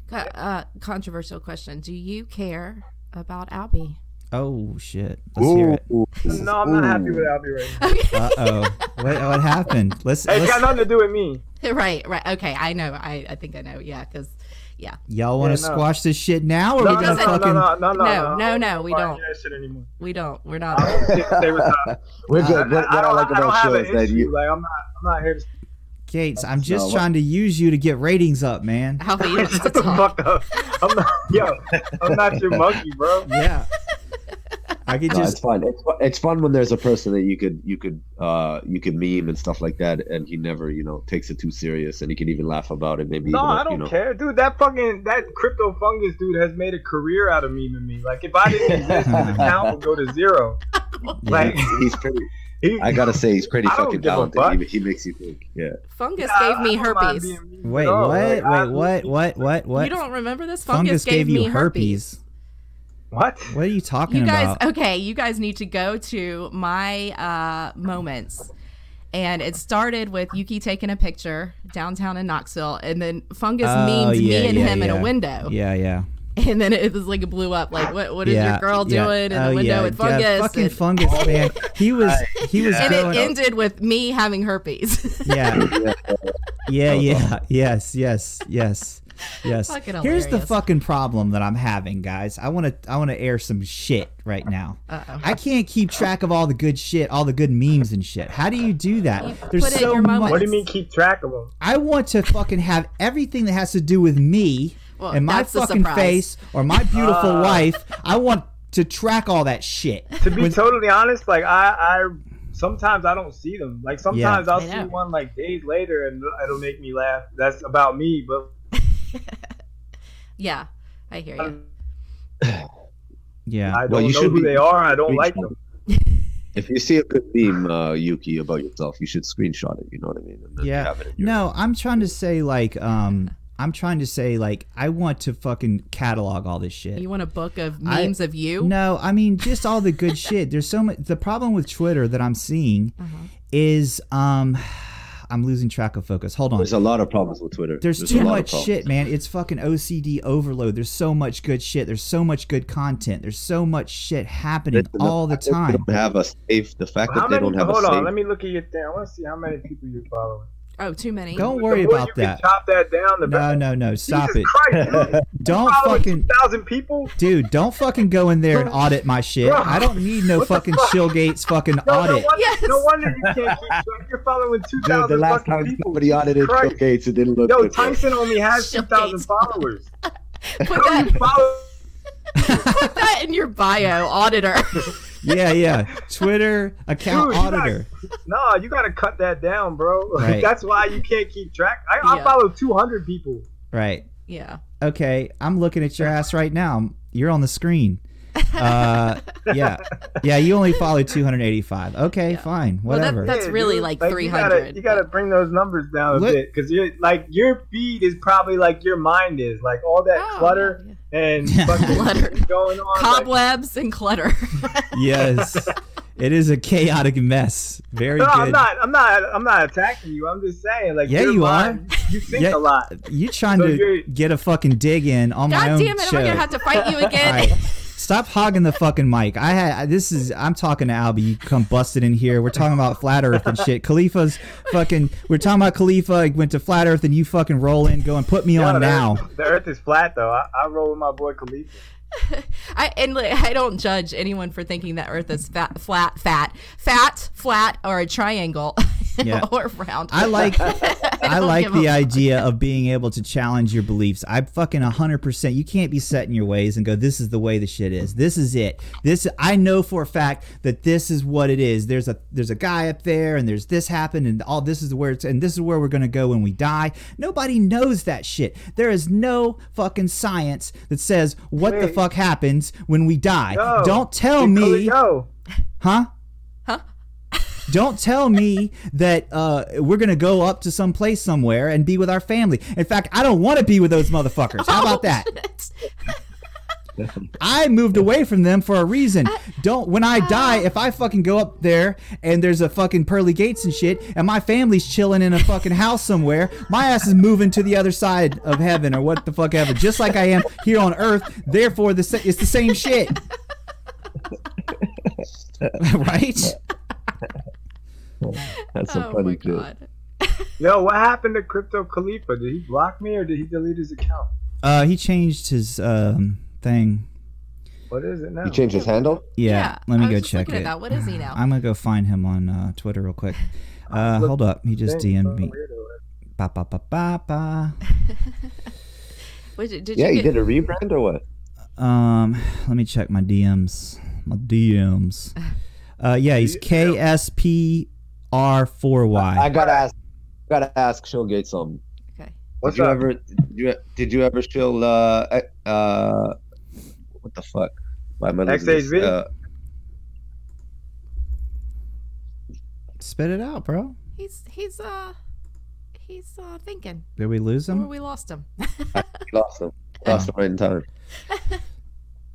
S2: Co- Uh, controversial question. Do you care about Albie?
S1: Oh shit. Let's hear it.
S4: No, I'm not happy with Albie right now.
S2: Okay.
S1: Uh oh. what what happened? Let's,
S4: Hey, it's got
S1: let's
S4: nothing to do with me.
S2: <laughs> right, right. Okay, I know. I, I think I know. Yeah, because
S1: y'all want to
S4: Yeah, no.
S1: squash this shit now or
S4: No,
S1: we
S4: no,
S1: gonna
S4: no,
S1: fucking
S4: no, no, no,
S2: No,
S4: no,
S2: no, no,
S4: I
S2: we
S4: don't.
S2: don't.
S4: do that shit anymore.
S2: we don't.
S1: <laughs>
S2: We're
S4: I
S2: not.
S4: don't think
S3: <laughs>
S4: they were talking.
S3: We're
S4: I,
S3: good. What, what
S4: I
S3: I,
S4: don't,
S3: like
S4: I don't
S3: about
S4: have
S3: show
S4: an
S3: is that
S4: issue.
S3: you.
S4: Like I'm not, I'm not here to
S2: <laughs>
S4: <laughs>
S1: Gates? I'm just
S3: No, what-
S1: trying to use you to get ratings up, man.
S2: Albie you just
S4: shut the
S2: talk.
S4: fuck up. I'm not, yo, I'm not your monkey, bro.
S2: <laughs>
S1: Yeah. I could
S3: No, it's
S1: just
S3: fun. It's, fu- it's fun when there's a person that you could you could uh you could meme and stuff like that, and he never you know takes it too serious, and he can even laugh about it. Maybe
S4: No,
S3: even,
S4: I
S3: <laughs> you
S4: don't
S3: know,
S4: care, dude. That fucking that crypto fungus dude has made a career out of memeing me. Like if I
S3: <laughs>
S4: didn't exist, his account would go to zero.
S1: yeah.
S4: Like
S3: He's pretty.
S4: he,
S3: I gotta say, he's pretty
S4: <laughs> I don't
S3: fucking
S4: give a
S3: talented.
S4: fuck.
S3: He, he makes you think. Yeah.
S2: Fungus
S4: I-
S2: gave
S1: <laughs>
S4: I
S2: me
S4: don't mind
S2: herpes.
S4: being memed at
S1: Wait,
S4: all.
S1: what?
S4: Like,
S1: Wait,
S4: I-
S1: what? What? What? What?
S2: You don't remember this? Fungus,
S1: Fungus
S2: gave,
S1: gave you
S2: me herpes.
S1: herpes.
S4: What?
S1: What are you talking
S2: You guys,
S1: about?
S2: okay, you guys need to go to my uh, moments. And it started with Yuki taking a picture downtown in Knoxville, and then Fungus
S1: Oh,
S2: memes
S1: yeah,
S2: me and
S1: yeah,
S2: him in
S1: yeah.
S2: a window.
S1: Yeah, yeah.
S2: <laughs> And then it was like it blew up. Like, what, what is
S1: yeah,
S2: your girl
S1: yeah.
S2: doing in
S1: Oh,
S2: the window
S1: yeah,
S2: with
S1: yeah,
S2: Fungus?
S1: fucking
S2: and, <laughs>
S1: fungus, man. He was he was
S2: and
S1: going
S2: it ended with me having herpes.
S1: <laughs>
S2: <laughs>
S1: Yeah. Yeah,
S3: Yeah. That was
S1: yeah,
S3: awesome.
S1: yes, yes, yes, yes.
S2: Fucking
S1: Here's the
S2: hilarious.
S1: fucking problem that I'm having, guys. I want to, I want to air some shit right now.
S2: Uh-oh.
S1: I can't keep track of all the good shit, all the good memes and shit. How do you do that?
S2: You
S1: There's
S2: put it in
S1: so
S2: your
S1: much.
S2: moments.
S4: What do you mean keep track of them?
S1: I want to fucking have everything that has to do with me
S2: Well,
S1: and my
S2: that's the
S1: fucking
S2: surprise.
S1: face or my beautiful
S4: Uh.
S1: wife. I want to track all that shit.
S4: To be totally honest, like I, I sometimes I don't see them. Like sometimes I'll
S2: I
S4: see
S2: know.
S4: one like days later, and it'll make me laugh. That's about me, but
S2: Yeah, I hear you.
S1: Yeah.
S4: I don't
S3: Well, you
S4: know
S3: should
S4: who
S3: be-
S4: they are. I don't like them.
S3: <laughs> If you see a good meme, uh, Yuki, about yourself, you should screenshot it. You know what I mean? And then
S1: Yeah.
S3: have it in your-
S1: No, I'm trying to say like um I'm trying to say like I want to fucking catalog all this shit.
S2: You want a book of
S1: I-
S2: memes of you?
S1: No, I mean just all the good <laughs> shit. There's so much the problem with Twitter that I'm seeing
S2: Uh-huh.
S1: is um <sighs> I'm losing track of focus. Hold on.
S3: There's a lot of problems with Twitter.
S1: There's,
S3: a
S1: too
S3: lot of
S1: much
S3: problems.
S1: shit, man. It's fucking OCD overload. There's so much good shit. There's so much good content. There's so much shit happening
S3: Listen,
S1: all the
S3: fact that They
S1: time.
S3: don't have a safe. The fact
S4: How
S3: that they
S4: many?
S3: don't have
S4: Hold
S3: a safe.
S4: on, let me look at your thing. I want to see how many people you're following.
S2: Oh, too many.
S1: Don't
S4: The
S1: worry
S4: more
S1: about
S4: you
S1: that.
S4: Can chop that down. The
S1: No,
S4: better.
S1: no, no. Stop
S4: Jesus
S1: it.
S3: <laughs>
S4: Christ, look, you
S1: Don't
S4: following
S1: fucking
S4: 2,000 people.
S1: Dude, don't fucking go in there and audit my shit.
S4: Bro.
S1: I don't need no fucking Shillgate's fucking
S4: No, no
S1: audit.
S4: wonder,
S2: Yes.
S4: no wonder you can't keep
S3: <laughs>
S4: track. You're following two
S3: Dude, the
S4: thousand
S3: last
S4: fucking
S3: time
S4: people.
S3: somebody audited Bill
S4: Christ.
S3: Gates, it didn't look
S4: Yo,
S3: good. bro.
S4: Tyson only has two thousand
S2: Showcase. <laughs>
S4: followers.
S2: Put
S4: How do
S2: that,
S4: you follow? <laughs>
S2: put that in your bio, auditor. <laughs>
S1: Yeah, yeah. Twitter account
S4: Dude, you gotta-
S1: auditor.
S4: No, you gotta cut that down, bro. <laughs> Like,
S1: Right.
S4: That's why you can't keep track. I, I
S2: Yeah.
S4: follow two hundred people.
S1: Right.
S2: yeah.
S1: Okay, I'm looking at your ass right now. You're on the screen. Uh, yeah, yeah. You only follow 285. Okay,
S2: Yeah.
S1: fine,
S2: Well, that-
S1: whatever.
S2: That's really, like,
S4: you gotta-
S2: 300,
S4: You gotta,
S2: but-
S4: bring those numbers down a
S1: Look-
S4: bit because you're like your feed is probably like your mind is like all that
S2: Oh,
S4: clutter
S2: yeah,
S1: <laughs>
S4: and fucking
S2: Clutter.
S4: going on. like-
S2: Cobwebs and clutter. <laughs>
S1: yes, it is a chaotic mess. Very
S4: no,
S1: good.
S4: I'm not. I'm not. I'm not attacking you. I'm just saying like
S1: Yeah,
S4: your
S1: you
S4: mind,
S1: <laughs>
S4: are. You think
S1: Yeah.
S4: a lot.
S1: You trying
S4: So
S1: to
S4: you're-
S1: get a fucking dig in on my
S2: God
S1: own
S2: damn it!
S1: show?
S2: I'm gonna have to fight you
S1: All
S2: again.
S1: right. <laughs> Stop hogging the fucking mic. I had I- this is I'm talking to Albie. You come busted in here. We're talking about flat Earth and shit. Khalifa's fucking. We're talking about Khalifa. I went to flat Earth and you fucking roll in. Go and put me
S4: Yo,
S1: on
S4: the
S1: now.
S4: Earth, the Earth is flat though. I, I roll with my boy Khalifa.
S2: I and like, I don't judge anyone for thinking that Earth is fat, flat, fat, fat, flat, or a triangle, <laughs>
S1: Yeah.
S2: or round.
S1: I like
S2: <laughs>
S1: I
S2: don't
S1: like
S2: give
S1: the
S2: a-
S1: idea of being able to challenge your beliefs. I fucking 100%. You can't be set in your ways and go this is the way the shit is. This is it. This I know for a fact that this is what it is. There's a there's a guy up there and there's this happened and all this is where it's and this is where we're going to go when we die. Nobody knows that shit. There is no fucking science that says what the
S4: Wait.
S1: fuck happens when we die.
S4: Yo,
S1: Don't tell
S4: Hey, Khali-
S1: me
S4: Yo,
S1: Huh? <laughs> Don't tell me that uh, we're gonna go up to some place somewhere and be with our family. In fact, I don't want to be with those motherfuckers. How about
S2: <laughs>
S1: that?
S2: Oh.
S1: I moved away from them for a reason. Don't when I die, if I fucking go up there and there's a fucking pearly gates and shit, and my family's chilling in a fucking house somewhere, my ass is moving to the other side of heaven or what the fuck ever, just like I am here on Earth. Therefore, the sa- it's the same shit, <laughs> right?
S3: That's a
S2: oh my
S3: funny joke.
S2: god.
S4: yo, what happened to Crypto Khalifa? Did he block me or did he delete his account?
S1: Uh, he changed his um thing.
S4: What is it now?
S3: You change his handle?
S1: Yeah, let
S2: I
S1: me
S2: was
S1: go
S2: just
S1: check
S2: looking at
S1: it.
S2: that. What is he now?
S1: I'm gonna go find him on uh, Twitter real quick. Uh,
S4: look-
S1: hold up, he just
S4: Dang,
S1: DM'd me.
S4: weirdo.
S1: Ba ba ba ba ba.
S2: Was it- did
S3: Yeah,
S2: you
S3: he
S2: get,
S3: did a rebrand or what?
S1: Um, let me check my DMs. My DMs. Uh, yeah, he's
S3: I
S1: KSPR4Y.
S3: gotta ask. Gotta ask Shill Gates something.
S2: Okay.
S4: What's
S3: did you
S4: up?
S3: ever? Did you, did you ever shill? Uh, uh, uh, what the fuck? Why am I losing this?
S4: XHV?
S3: Uh,
S1: Spit it out, bro.
S2: He's he's uh he's uh thinking.
S1: Did we lose
S2: Or
S1: him?
S2: we lost him.
S3: lost him. Lost him right in time.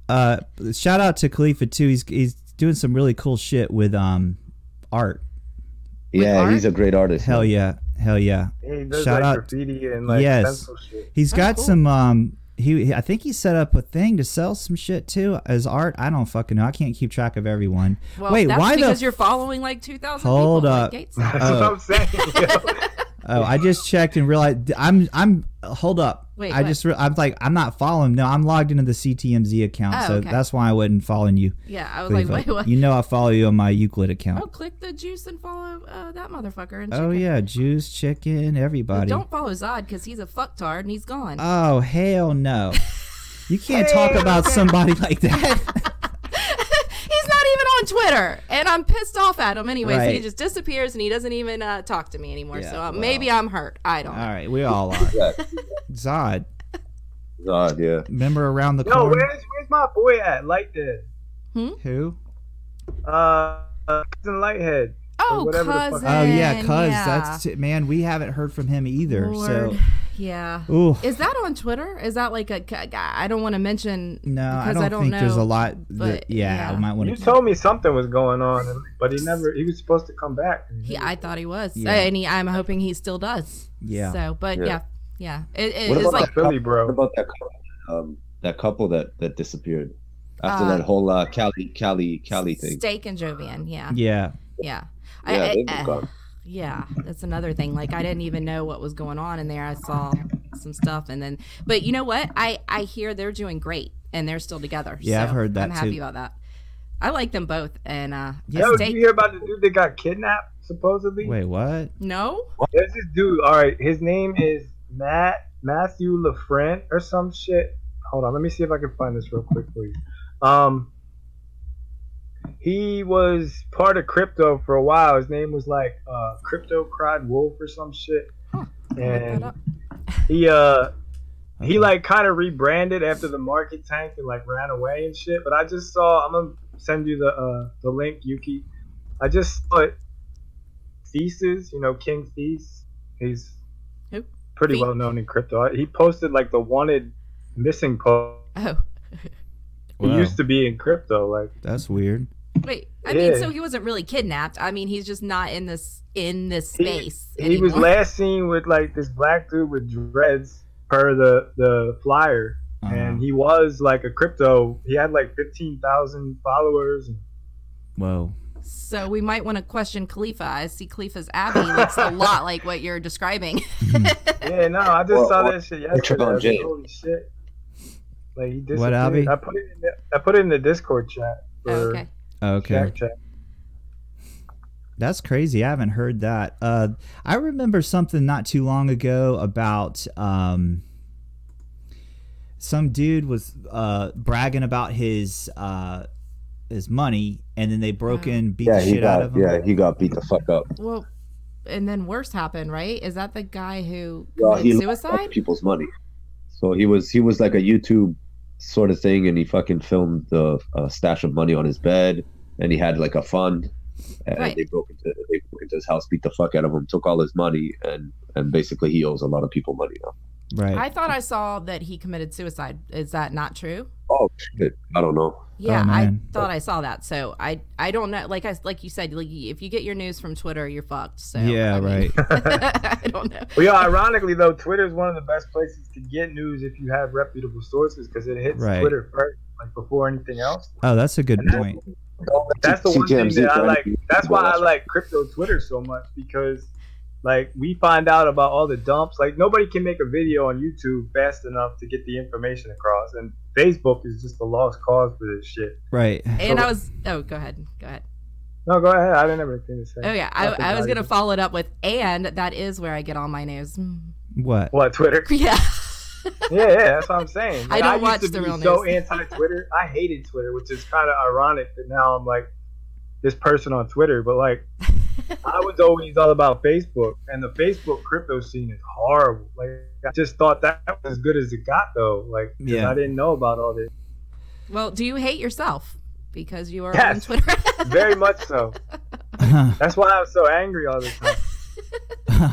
S1: Uh, shout out to Khalifa too. He's he's doing some really cool shit with um art.
S3: Yeah,
S2: art?
S3: he's a great artist.
S1: Hell yeah, hell yeah.
S4: He does
S1: Shout
S4: like
S1: out-
S4: graffiti and like
S1: Yes.
S4: pencil shit.
S1: He's
S2: Oh,
S1: got
S2: cool.
S1: some. Um, he he- I think he set up a thing to sell some shit too as art. I don't fucking know. I can't keep track of everyone.
S2: Well,
S1: Wait,
S2: that's
S1: why the?
S2: because you're following like 2,000
S1: Hold
S2: people. like
S1: up.
S2: Gates said.
S4: That's
S1: Oh.
S4: what I'm saying. yo.
S1: oh, I just checked and realized I'm I'm. Hold up.
S2: Wait,
S1: I
S2: what?
S1: just re- I'm like I'm not following. No, I'm logged into the CTMZ account,
S2: Oh,
S1: so
S2: okay.
S1: that's why I wasn't following you.
S2: Yeah, I was like,
S1: Cleva.
S2: wait, what?
S1: You know I follow you on my Euclid account.
S2: Oh, click the juice and follow uh, that motherfucker. And
S1: oh
S2: chicken.
S1: yeah, Jews, chicken,
S2: But
S1: everybody.
S2: Don't follow Zod because he's a fucktard and he's gone.
S1: Oh hell no. You can't talk
S4: Hell
S1: about
S4: no.
S1: somebody like
S2: <laughs>
S1: that.
S2: <laughs> he's not even on Twitter, and I'm pissed off at him anyway. So he
S1: Right.
S2: just disappears and he doesn't even uh, talk to me anymore.
S1: Yeah,
S2: so uh,
S1: well.
S2: maybe I'm hurt. I don't.
S1: all
S2: know.
S1: right, we all are.
S3: Yeah.
S1: Zod,
S3: God, yeah.
S1: remember around the
S4: Yo,
S1: corner?
S4: where's where's my boy at? Like this.
S1: Who?
S4: Uh, uh, cousin Lighthead. Or
S2: Oh,
S4: whatever the fuck-
S2: cousin.
S1: Oh yeah, cuz
S2: yeah.
S1: that's t- man. We haven't heard from him either.
S2: Lord. Yeah.
S1: So, ooh,
S2: Is that on Twitter? Is that like a? I don't want to mention.
S1: no, I
S2: because
S1: don't,
S2: I don't
S1: think there's
S2: know,
S1: a lot. That,
S2: but,
S1: yeah,
S2: yeah.
S1: I might want
S4: You
S1: to.
S4: told me something was going on, and- but he never. He was supposed to come back.
S2: He, I thought he was, Uh,
S1: Yeah.
S2: and he, I'm hoping he still does.
S1: Yeah.
S2: So, but
S3: Yeah.
S2: yeah, yeah, It- it
S3: What
S2: is like
S3: about that couple-
S4: Philly, bro.
S3: What about that couple, um, that couple that that disappeared after
S2: Uh,
S3: that whole uh, Cali Cali Cali thing?
S2: Steak and Jovian. Yeah.
S1: Yeah,
S2: Yeah. I-
S3: Yeah,
S2: I-
S3: they've
S2: uh,
S3: been gone.
S2: yeah, that's another thing. Like I didn't even know what was going on in there. I saw some stuff, and then, but you know what? I I hear they're doing great, and they're still together.
S1: Yeah, I've
S2: so
S1: heard that
S2: I'm happy
S1: too.
S2: about that. I like them both, and uh, a
S1: Yeah.
S4: Yo, did
S2: steak.
S4: you hear about the dude that got kidnapped? Supposedly,
S1: Wait, what?
S2: No,
S4: there's this dude. All right, his name is Matt Matthew LaFrent or some shit. Hold on, let me see if I can find this real quick for you. Um, he was part of crypto for a while. His name was like uh, Crypto Cried Wolf or some shit.
S2: Huh.
S4: And
S2: Look
S4: he uh
S1: Okay.
S4: he like kind of rebranded after the market tanked and like ran away and shit. But I just saw. I'm gonna send you the uh the link, Yuki. I just saw it. Thesis, you know, King Thesis. He's
S2: Who?
S4: pretty
S2: Thie-
S4: well known in crypto. He posted like the wanted missing post.
S2: that up.
S4: He
S1: Wow.
S4: used to be in crypto. Like
S1: That's weird.
S2: Oh, wait. I mean,
S4: Yeah.
S2: so he wasn't really kidnapped. I mean, he's just not in this in this
S4: He-
S2: space.
S4: he was
S2: anymore.
S4: last seen with like this black dude with dreads per the the flyer.
S1: Uh-huh.
S4: and he was like a crypto. He had like fifteen thousand followers.
S1: Whoa.
S2: So we might want to question Khalifa. I see Khalifa's Abbey looks a lot like what you're describing.
S4: Yeah, no, I just
S3: Well,
S4: saw
S3: well,
S4: that shit
S3: check
S4: yesterday.
S3: on
S4: I was like,
S3: Jay.
S4: Holy shit! Like he
S1: What, Abby?
S4: disappeared. I put it in the, I put it in the Discord chat. For
S2: Oh, okay.
S1: Okay.
S4: Shack Chat.
S1: That's crazy. I haven't heard that. Uh, I remember something not too long ago about um, some dude was uh, bragging about his uh, his money, and then they broke
S2: Wow.
S1: in, beat
S3: Yeah,
S1: the
S3: he
S1: shit out
S3: got
S1: of him.
S3: yeah he got beat the fuck up.
S2: Well, and then worse happened, right? Is that the guy who
S3: Well,
S2: committed
S3: he lost
S2: suicide?
S3: people's money. So he was he was like a YouTube sort of thing, and he fucking filmed the uh, stash of money on his bed, and he had like a fund, and
S2: Right.
S3: they broke into they broke into his house, beat the fuck out of him, took all his money, and and basically he owes a lot of people money now.
S1: Right.
S2: I thought I saw that he committed suicide. Is that not true?
S3: Oh shit, I don't know.
S2: Yeah,
S1: Oh,
S2: I
S1: man.
S2: thought I saw that. So I I don't know. Like I like you said, like if you get your news from Twitter, you're fucked. So
S1: yeah.
S2: I mean,
S1: right.
S2: <laughs> I don't know.
S4: Well, yeah, ironically though, Twitter is one of the best places to get news if you have reputable sources because it hits
S1: Right.
S4: Twitter first, like before anything else.
S1: Oh, that's a good
S4: And that's-
S1: point.
S4: That's the one thing
S3: CTMZ
S4: that I
S3: for
S4: like.
S3: anything.
S4: That's why I like crypto Twitter so much because, like, we find out about all the dumps. Like, nobody can make a video on YouTube fast enough to get the information across, and Facebook is just a lost cause for this shit.
S1: Right.
S2: And I was oh, go ahead, go ahead.
S4: No, go ahead. I didn't have anything to say.
S2: Oh yeah,
S4: Nothing
S2: I, I was gonna
S4: valuable.
S2: follow it up with, and that is where I get all my news. <laughs> Mm.
S1: What? <laughs>
S2: <laughs>
S4: What Twitter?
S2: Yeah,
S4: yeah, yeah, that's what I'm saying.
S2: I
S4: Like,
S2: don't
S4: used
S2: watch
S4: to
S2: the
S4: be
S2: real
S4: So
S2: news.
S4: anti-Twitter, I hated Twitter, which is kind of ironic that now I'm like this person on Twitter.
S2: <laughs>
S4: But like, I was always all about Facebook, and the Facebook crypto scene is horrible. Like, I just thought that was as good as it got, though. Like, 'cause
S1: Yeah.
S4: I didn't know about all this.
S2: Well, do you hate yourself because you are
S4: Yes.
S2: on Twitter? <laughs>
S4: Very much so. That's why I'm so angry all the time.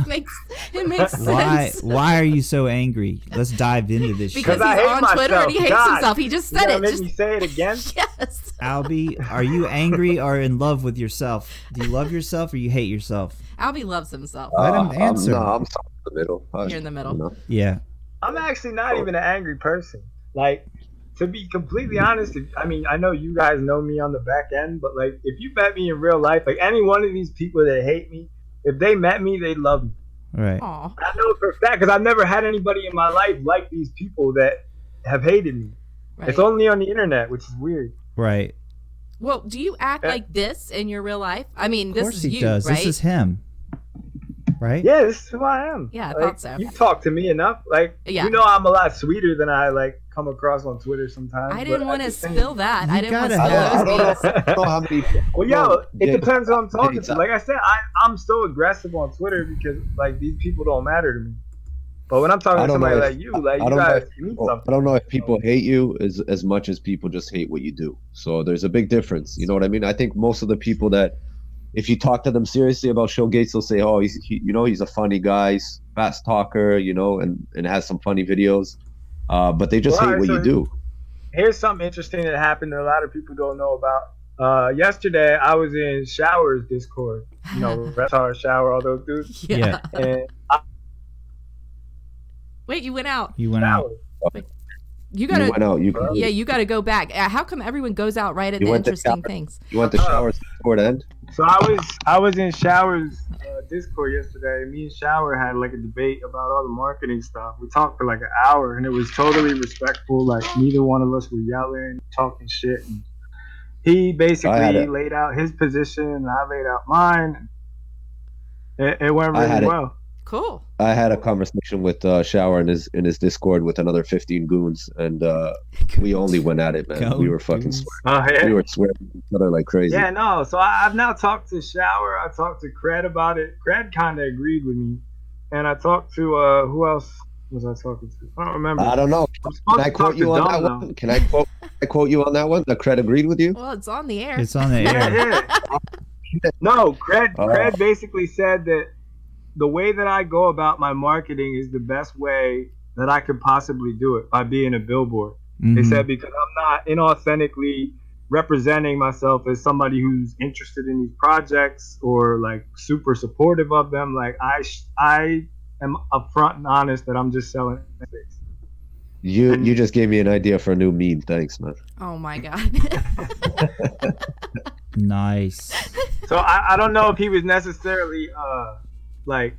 S2: makes it makes
S1: why?
S2: sense.
S1: Why are you so angry? Let's dive into this. shit.
S2: Because he's
S4: I hate
S2: on Twitter
S4: myself.
S2: and he hates
S4: God.
S2: himself. He just
S4: You
S2: said
S4: gotta
S2: it.
S4: make
S2: Just,
S4: me say it again.
S2: <laughs> yes.
S1: Albie, are you angry or in love with yourself? Do you love yourself or you hate yourself?
S2: Albie loves himself.
S1: Let him
S3: Uh, I'm-
S1: answer.
S3: no, I'm somewhere in the middle. I-
S2: You're in the middle.
S3: you know.
S1: Yeah.
S4: I'm actually not even an angry person. Like, to be completely honest, if, I mean, I know you guys know me on the back end, but like, if you met me in real life, like any one of these people that hate me, if they met me, they love me.
S1: All right.
S2: Aw.
S4: I know for a fact because I've never had anybody in my life like these people that have hated me.
S2: Right.
S4: It's only on the internet, which is weird.
S1: Right.
S2: well, do you act
S4: Yeah.
S2: like this in your real life? I mean,
S1: Of
S2: this
S1: course
S2: is
S1: he
S2: you,
S1: does.
S2: right?
S1: This is him. Right?
S4: Yeah, this is who I am.
S2: Yeah, I
S4: Like,
S2: thought so.
S4: You talk to me enough, like
S2: Yeah.
S4: you know, I'm a lot sweeter than I like come across on Twitter sometimes.
S2: I
S4: but
S2: didn't want to
S4: at the same
S2: spill that. I
S1: You
S2: didn't want to
S1: gotta have-
S2: spill
S3: I
S2: those
S3: don't
S2: beans.
S3: know, I don't know how many.
S2: <laughs>
S4: Well, yo, it
S3: Yeah. <laughs>
S4: depends who I'm talking to.
S3: Anytime.
S4: Like I said, I, I'm so aggressive on Twitter because like these people don't matter to me. But when I'm talking
S3: I
S4: to
S3: don't
S4: somebody
S3: know if-
S4: like you, like
S3: I
S4: you
S3: don't
S4: guys
S3: know
S4: mean
S3: Well, Oh, I
S4: something.
S3: don't know if people hate you as as much as people just hate what you do. So there's a big difference. You know what I mean? I think most of the people that if you talk to them seriously about Show Gates, they'll say, "Oh, he's he, you know he's a funny guy, he's fast talker, you know, and and has some funny videos." Uh, but they just
S4: Well,
S3: hate what
S4: so-
S3: you do.
S4: here's something interesting that happened that a lot of people don't know about. Uh, yesterday, I was in Showers Discord. You know, Reptar Shower, all those dudes.
S2: yeah.
S1: Yeah.
S4: And
S2: Wait, you went out.
S3: Mm.
S1: You went out.
S2: You
S4: Showers.
S3: You,
S2: gotta.
S3: went out. You,
S2: yeah, you gotta go back. Uh, How come everyone goes out right at
S3: You
S2: the
S3: went to
S2: interesting
S3: shower.
S2: things?
S3: you went to showers before the end.
S4: So I was I was in Showers uh, Discord yesterday. Me and Shower had like a debate about all the marketing stuff. We talked for like an hour, and it was totally respectful. Like neither one of us were yelling, talking shit. And he
S3: I had
S4: basically
S3: it.
S4: laid out his position, and I laid out mine. It, it went
S3: I had
S4: really
S3: it.
S4: well.
S2: Cool.
S3: I had a conversation with uh, Shower in his in his Discord with another 15 goons, and uh, we only went at it, man. we were fucking
S1: Goons.
S3: swearing.
S4: Oh <laughs> yeah.
S3: we were swearing at each other like crazy.
S4: Yeah, no. So I, I've now talked to Shower. I talked to Cred about it. Cred kind of agreed with me, and I talked to uh, who else was I talking to? I don't remember.
S3: I don't know.
S4: I'm supposed
S3: Can I
S4: to talk
S3: quote
S4: to
S3: you on
S4: Dom,
S3: that
S4: though.
S3: one? Can I
S4: <laughs>
S3: quote? can I quote you on that one. The cred agreed with you.
S2: Well, it's on the air.
S1: It's on the air.
S4: Yeah, yeah. <laughs> No, Cred,
S3: Oh.
S4: Cred basically said that the way that I go about my marketing is the best way that I could possibly do it by being a billboard. They
S3: Mm-hmm.
S1: Mhm.
S4: said because I'm not inauthentically representing myself as somebody who's interested in these projects or like super supportive of them. Like I, sh- I am upfront and honest that I'm just selling. ethics.
S3: You
S4: Mm.
S3: you just gave me an idea for a new meme. Thanks, man.
S2: Oh my god. <laughs>
S1: Mm-hmm. Nice.
S4: So I, I don't know if he was necessarily uh like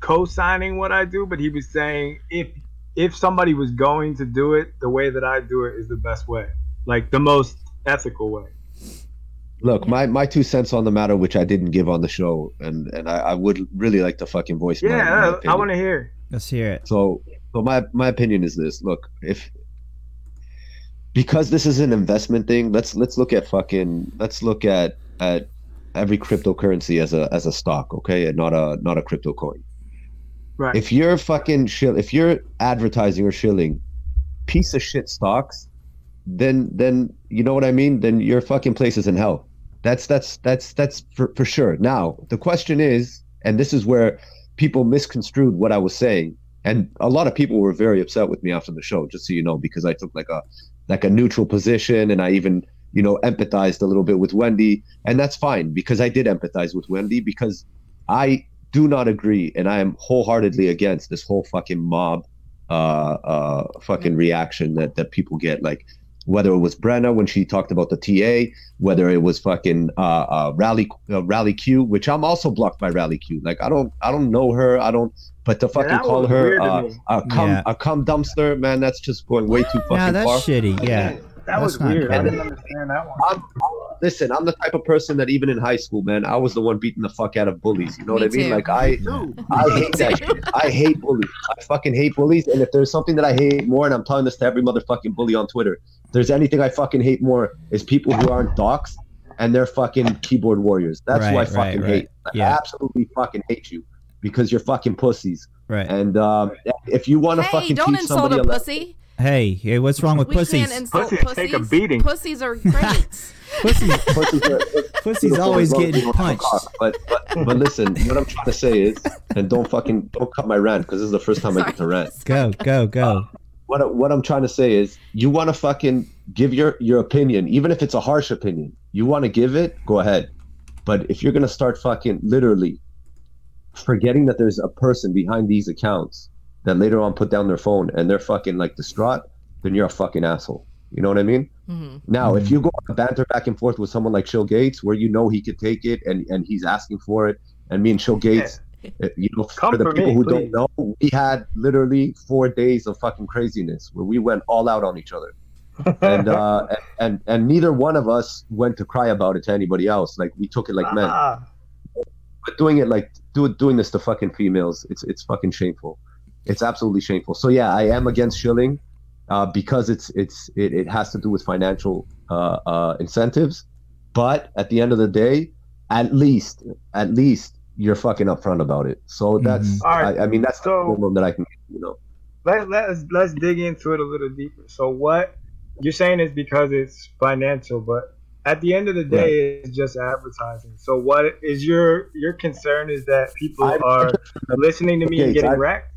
S4: co-signing what I do, but he was saying if if somebody was going to do it, the way that I do it is the best way, like the most ethical way.
S3: Look, my, my two cents on the matter, which I didn't give on the show, and, and I, I would really like to fucking voice my- my,
S4: Yeah, I,
S3: opinion.
S4: want to hear.
S1: Let's hear it.
S3: So, so my my opinion is this: Look, if because this is an investment thing, let's let's look at fucking let's look at at every cryptocurrency as a as a stock, okay, and not a not a crypto coin.
S4: Right.
S3: If you're fucking shill, if you're advertising or shilling piece of shit stocks, then then you know what I mean. Then your fucking place is in hell. That's that's that's that's for, for sure. Now the question is, and this is where people misconstrued what I was saying, and a lot of people were very upset with me after the show. Just so you know, because I took like a like a neutral position, and I even you know empathized a little bit with Wendy, and that's fine because I did empathize with Wendy because I do not agree, and I am wholeheartedly against this whole fucking mob uh uh fucking reaction that that people get like whether it was Brenna when she talked about the TA, whether it was fucking uh, uh, Rally uh, Rally Q, which I'm also blocked by Rally Q. Like I don't I don't know her. I don't. But to fucking
S4: that
S3: call
S4: was
S3: her
S4: weird to
S3: uh,
S4: me.
S3: a cum
S1: Yeah.
S3: a cum dumpster, man, that's just going way too fucking
S1: Now that's
S3: far.
S1: shitty. Yeah.
S4: That was
S1: That's not
S4: weird. I
S3: good.
S4: didn't understand that one.
S3: I'm, I'm- listen, I'm the type of person that even in high school, man, I was the one beating the fuck out of bullies. You know
S2: Me
S3: what I mean?
S2: too.
S3: Like I, I
S2: <laughs>
S3: hate that. Shit. I hate bullies. I fucking hate bullies. And if there's something that I hate more, and I'm telling this to every motherfucking bully on Twitter, if there's anything I fucking hate more is people who aren't docs and they're fucking keyboard warriors. That's who I
S1: Right, right,
S3: fucking
S1: right.
S3: hate. Like, I
S1: Yeah.
S3: absolutely fucking hate you because you're fucking pussies.
S1: Right.
S3: And um, if you want to
S2: hey,
S3: fucking
S2: don't
S3: teach
S2: insult
S3: somebody
S2: a
S3: a lesson,
S2: pussy.
S1: Hey, hey, what's wrong with
S2: we
S1: pussies?
S2: can't insult
S4: Pussies
S2: pussies.
S4: take a beating.
S2: Pussies are great.
S1: pussies,
S2: <laughs>
S3: pussies are-
S1: pussies always getting punched.
S3: But, but
S1: <laughs>
S3: but listen, what I'm trying to say is, and don't fucking don't cut my rant because this is the first time I get to
S2: Sorry. <laughs>
S3: rant.
S1: Go, go, go.
S3: What I- what I'm trying to say is, you want to fucking give your your opinion, even if it's a harsh opinion. You want to give it, go ahead. But if you're gonna start fucking literally forgetting that there's a person behind these accounts that later on put down their phone and they're fucking like distraught, then you're a fucking asshole. You know what I mean?
S2: Mhm.
S3: Now,
S1: Mhm.
S3: if you go on banter back and forth with someone like Shill Gates, where you know he could take it and, and he's asking for it, and me and Shill Gates, uh, you know,
S4: Come
S3: for the
S4: for
S3: people
S4: me,
S3: who
S4: please.
S3: don't know, we had literally four days of fucking craziness where we went all out on each other, and
S4: <laughs>
S3: uh, and and neither one of us went to cry about it to anybody else. Like we took it like men,
S4: Ah.
S3: but doing it like do, doing this to fucking females, it's it's fucking shameful. It's absolutely shameful. So yeah, I am against shilling uh, because it's it's it, it has to do with financial uh, uh, incentives. But at the end of the day, at least at least you're fucking upfront about it. So that's
S1: Mhm.
S4: All right.
S3: I, I mean that's
S4: So-
S3: the minimum that I can you know.
S4: let's let's let's dig into it a little deeper. So what you're saying is because it's financial, but at the end of the day it's just advertising so what is your your concern is that people
S3: I-
S4: are listening to me
S3: Okay,
S4: and getting
S3: I-
S4: wrecked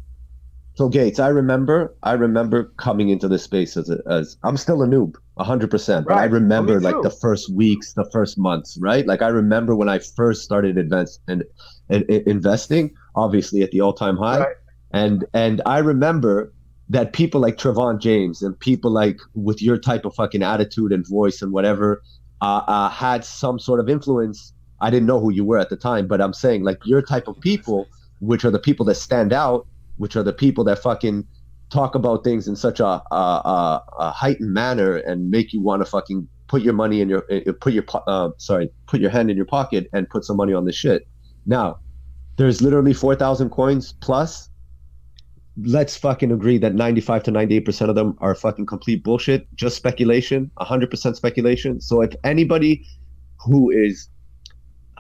S3: So Gates, I remember, I remember coming into this space as, a, as I'm still a noob, 100. percent But I
S4: Right. Well, me
S3: remember like
S4: too.
S3: the first weeks, the first months, right? Like I remember when I first started advanced and, and, and investing, obviously at the all-time high,
S4: Right.
S3: and and I remember that people like Trevon James and people like with your type of fucking attitude and voice and whatever uh, uh, had some sort of influence. I didn't know who you were at the time, but I'm saying like your type of people, which are the people that stand out which are the people that fucking talk about things in such a, a, a, a heightened manner and make you want to fucking put your money in your uh, put your po- uh, sorry put your hand in your pocket and put some money on this shit. Now, there's literally four thousand coins plus. Let's fucking agree that 95 to 98 percent of them are fucking complete bullshit, just speculation, 100 percent speculation. So if anybody who is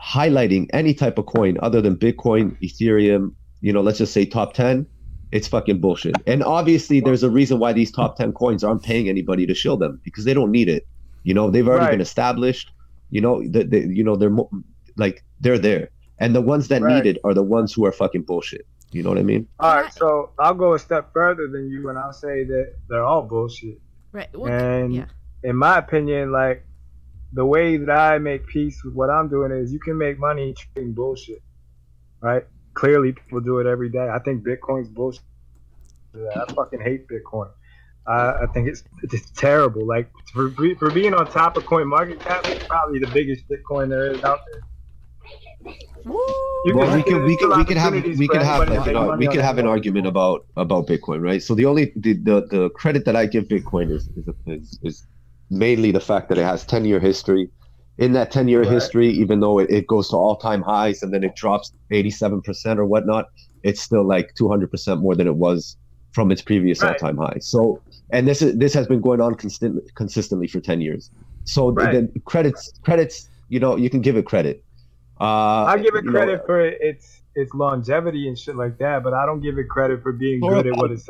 S3: highlighting any type of coin other than Bitcoin, Ethereum, you know, let's just say top 10, it's fucking bullshit. And obviously, there's a reason why these top 10 coins aren't paying anybody to shill them because they don't need it. You know, they've already
S4: Right.
S3: been established. You know, the, the, you know, they're mo- like they're there, and the ones that
S4: Right.
S3: need it are the ones who are fucking bullshit. You know what I mean?
S4: all
S2: Yeah.
S4: right so i'll go a step further than you and i'll say that they're all bullshit
S2: Right.
S4: And-
S2: yeah.
S4: in my opinion like the way that i make peace with what i'm doing is you can make money trading bullshit right clearly people do it every day i think bitcoin's bullshit i fucking hate bitcoin I I think it's it's terrible. Like for, be- for being on top of coin market cap, it's probably the biggest Bitcoin there is out there.
S2: Woo!
S4: You
S3: Well, we
S4: look at
S3: could
S4: it,
S3: we could
S4: there's
S3: we
S4: still
S3: could have
S4: opportunities
S3: we
S4: for
S3: could have
S4: anybody to
S3: like, an,
S4: make
S3: ar-
S4: money
S3: we
S4: on
S3: could
S4: that
S3: have an
S4: platform.
S3: argument about about Bitcoin, right? So the only the the, the credit that I give Bitcoin is is, is is mainly the fact that it has ten year history. In that ten year
S4: Right.
S3: history, even though it, it goes to all time highs and then it drops eighty seven percent or whatnot, it's still like two hundred percent more than it was from its previous
S4: Right.
S3: all time high. So and this is this has been going on consistent, consistently for ten years. So the-
S4: Right.
S3: the credits credits, you know, you can give it credit. Uh,
S4: I give it
S3: you know,
S4: credit for its its longevity and shit like that, but I don't give it credit for being
S3: Or
S4: good at what it's.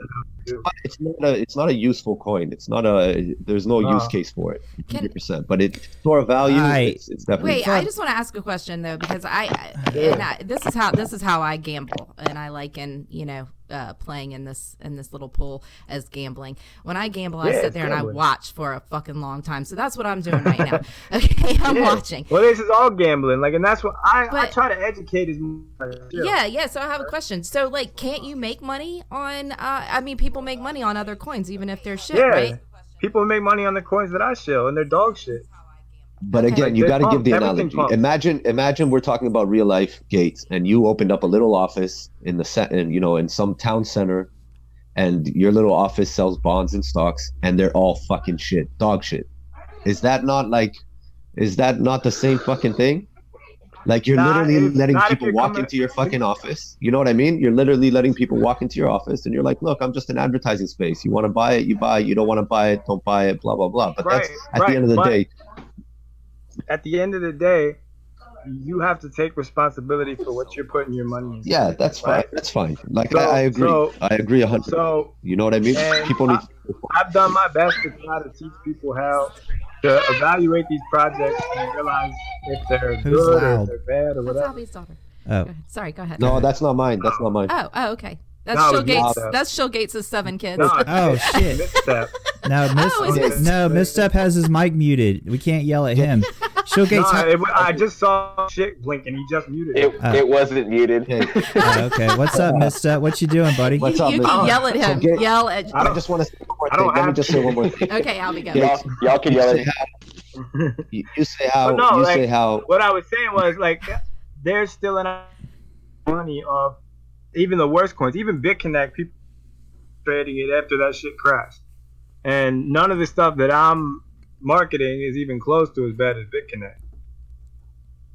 S3: it's not a it's not a useful coin. It's not a there's no
S4: Uh.
S3: use case for it.
S2: Can-
S3: Hundred percent, but it store of value.
S1: I-
S3: it's, it's definitely
S2: Wait, I just want to ask a question though, because I, I- and I this is how this is how I gamble, and I liken you know uh, playing in this in this little pool as gambling. When I gamble, I
S4: Yeah,
S2: sit
S4: it's
S2: there and I
S4: gambling.
S2: watch for a fucking long time. So that's what I'm doing right
S4: <laughs>
S2: now. <laughs> Okay, I'm
S4: Yeah.
S2: watching.
S4: Well, this is all gambling, like, and that's what I, I
S2: But-
S4: try to educate as much. as I can.
S2: Yeah, yeah. So I have a question. So like, can't you make money on? Uh, I mean, people make money on other coins, even if they're shit,
S4: Yeah.
S2: right?
S4: People make money on the coins that I shell, and they're dog shit.
S3: But
S2: Okay.
S3: again, you
S4: They
S3: got to
S4: pump,
S3: give the
S4: everything
S3: analogy.
S4: pumps.
S3: Imagine, imagine we're talking about real life gates, and you opened up a little office in the set, in, you know, in some town center, and your little office sells bonds and stocks, and they're all fucking shit, dog shit. Is that not like, is that not the same fucking thing? Like you're
S4: Nah,
S3: literally
S4: it's
S3: letting
S4: not if
S3: people
S4: you're
S3: walk
S4: coming-
S3: into your
S4: <laughs>
S3: fucking office. You know what I mean? You're literally letting people walk into your office, and you're like, "Look, I'm just an advertising space. You want to buy it, you buy it. You don't want to buy it, don't buy it. Blah blah blah." But that's
S4: Right,
S3: at
S4: right,
S3: the end of the
S4: but-
S3: day,
S4: At the end of the day, you have to take responsibility for what you're putting your money in.
S3: Yeah, that's fine.
S4: Right.
S3: That's fine. Like
S4: So-
S3: I, I agree.
S4: so-
S3: I agree a hundred.
S4: So
S3: You know what I mean?
S4: and
S3: People need.
S4: I've done my best to try to teach people how to evaluate these projects and realize if they're
S1: Who's
S4: good or
S1: loud?
S4: if they're bad or
S2: That's
S4: whatever.
S2: Albie's daughter. Go
S1: Oh,
S2: ahead. Sorry, go ahead.
S3: No, that's not mine. That's not mine.
S2: Oh, oh, okay. That's
S4: No,
S2: Shill
S4: it was
S2: Gates.
S4: not.
S2: That's Shill Gates' seven kids.
S4: No,
S1: oh shit!
S4: misstep.
S1: No, Miss,
S2: Oh, it's Miss-
S1: no, Misstep has his mic muted. We can't yell at him. Showcase.
S4: Nah, it, wa- I just saw shit blink and he just muted.
S5: It,
S4: It.
S1: Uh.
S5: it wasn't muted.
S3: Okay.
S1: Oh, okay, what's up, Misstep? What you doing, buddy?
S3: What's
S2: you,
S3: up,
S2: you
S3: man?
S2: can yell at
S3: So
S2: him.
S3: Gates-
S2: yell at.
S4: I
S3: I
S4: don't-
S3: just want to say one more
S4: I
S3: thing.
S4: don't
S3: Let me
S4: have
S3: just
S4: to.
S3: say one more thing.
S2: Okay, Albie, go.
S3: Yeah.
S5: Y'all, y'all can
S3: You
S5: yell
S3: say
S5: at
S3: how. You
S4: <laughs>
S3: you say how.
S4: But no,
S3: you
S4: like-
S3: say how.
S4: What I was saying was like, there's still an money of even the worst coins, even BitConnect. People trading it after that shit crashed, and none of the stuff that I'm marketing is even close to as bad as BitConnect.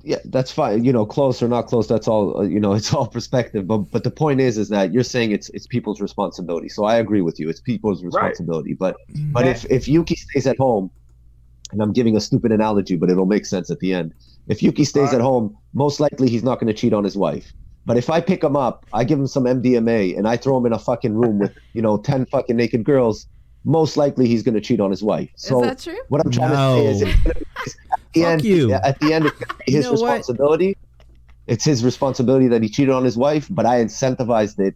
S3: Yeah, that's fine. You know, close or not close, that's all. uh, You know, <laughs> it's all perspective. But but the point is, is that you're saying it's it's people's responsibility. So I agree with you. It's people's responsibility. But
S2: Mm-hmm.
S3: But if, if Yuki stays at home, and I'm giving a stupid analogy, but it'll make sense at the end. If Yuki stays
S4: Alright.
S3: at home, most likely he's not going to cheat on his wife. But if I pick him up, I give him some MDMA, and I throw him in a fucking room with you know ten fucking naked girls, most likely he's going to cheat on his wife.
S2: Is
S3: So
S2: that true?
S3: what I'm trying to say is,
S1: No.
S3: if the
S1: Fuck
S3: end,
S1: you.
S3: at the end, it's gonna be his
S1: You know what?
S3: responsibility. It's his responsibility that he cheated on his wife, but I incentivized it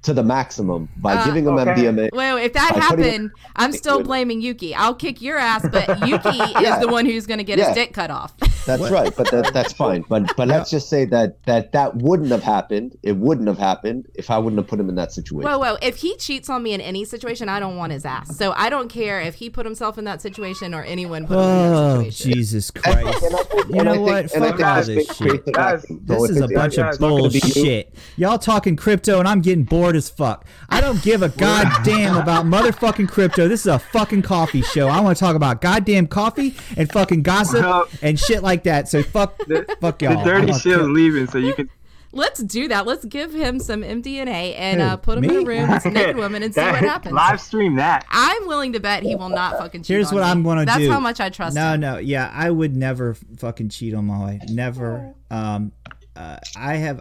S3: to the maximum by
S2: Ah,
S3: giving him
S4: okay.
S3: MDMA.
S2: Well, if that
S3: I couldn't-
S2: happened, I'm still
S3: would-
S2: blaming Yuki. I'll kick your ass,
S3: <laughs>
S2: but Yuki
S3: Yeah.
S2: is the one who's going to get
S3: Yeah.
S2: his dick cut off.
S3: That's
S1: What?
S3: right, but that, that's fine. But but let's just say that that that wouldn't have happened. It wouldn't have happened if I wouldn't have put him in that situation.
S2: Whoa, whoa. If he cheats on me in any situation, I don't want his ass. So I don't care if he put himself in that situation or anyone put him in that
S1: Oh,
S2: situation.
S1: Jesus Christ.
S3: And I think-
S1: You
S3: and
S1: know
S3: I think-
S1: what?
S3: and I
S1: Fuck
S3: think
S1: all
S3: that's
S1: this
S3: been
S1: shit.
S3: created by
S4: Guys,
S3: people.
S1: This
S3: If
S1: is a
S3: it's-
S1: bunch
S4: yeah,
S1: of
S4: it's not gonna
S3: be you.
S1: bullshit. Y'all talking crypto and I'm getting bored as fuck. I don't give a goddamn about motherfucking crypto. This is a fucking coffee show. I want to talk about goddamn coffee and fucking
S4: Well-
S1: gossip and shit like that. So fuck, fuck y'all.
S4: The dirty shield's leaving, so you can.
S2: Let's do that. Let's give him some MDNA and
S1: Who,
S2: uh, put him in a
S1: me?
S4: <laughs>
S2: room with some naked women and see what
S4: That-
S2: happens.
S4: Live stream that.
S2: I'm willing to bet he will not fucking cheat.
S1: Here's
S2: on
S1: what
S2: me.
S1: I'm gonna
S2: That's
S1: do.
S2: how much I trust
S1: No,
S2: him.
S1: no, yeah, I would never f- fucking cheat on my wife. Never. Um, uh, I have.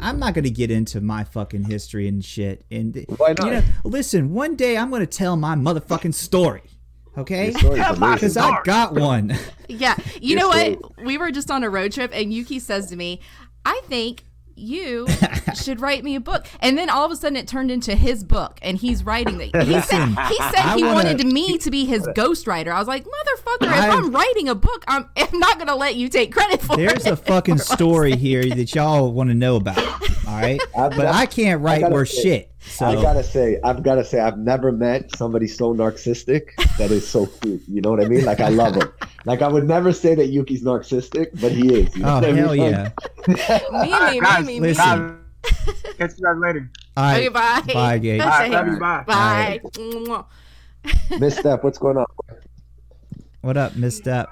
S1: I'm not gonna get into my fucking history and shit. And
S3: Why not?
S1: you know, listen, one day I'm gonna tell my motherfucking story. Okay.
S3: Your story's
S4: Yeah,
S3: amazing.
S1: Because I got one.
S2: Yeah. You
S3: You're
S2: know
S3: so-
S2: what? We were just on a road trip, and Yuki says to me, I think
S1: <laughs>
S2: you should write me a book. And then all of a sudden, it turned into his book, and he's writing that. He said,
S1: Listen,
S2: he, said
S1: I
S2: he
S1: wanna-
S2: wanted me to be his ghostwriter. I was like, motherfucker, if
S1: I-
S2: I'm writing a book, I'm, <laughs> I'm not going to let you take credit for
S1: There's
S2: it.
S1: a fucking story here that y'all want to know about. All right.
S3: I've
S1: But
S3: got-
S1: I can't
S3: <laughs> I
S1: write
S3: gotta
S1: worth
S3: say-
S1: shit.
S3: I
S1: So
S3: gotta say, I've gotta say, I've never met somebody so narcissistic that is so cute. You know what I mean? Like I love him. Like I would never say that Yuki's narcissistic, but he is. You know
S1: Oh
S3: what I
S1: hell
S3: mean? Like,
S1: yeah.
S2: me, me, me,
S4: Guys,
S2: me, me.
S1: listen.
S4: guys, Catch you guys later.
S1: All
S2: Okay,
S1: right.
S2: bye.
S1: Bye, Gage.
S2: Okay,
S4: All right, love you. Bye.
S2: Bye.
S3: Miss Steph, what's going on?
S1: What up, misstep?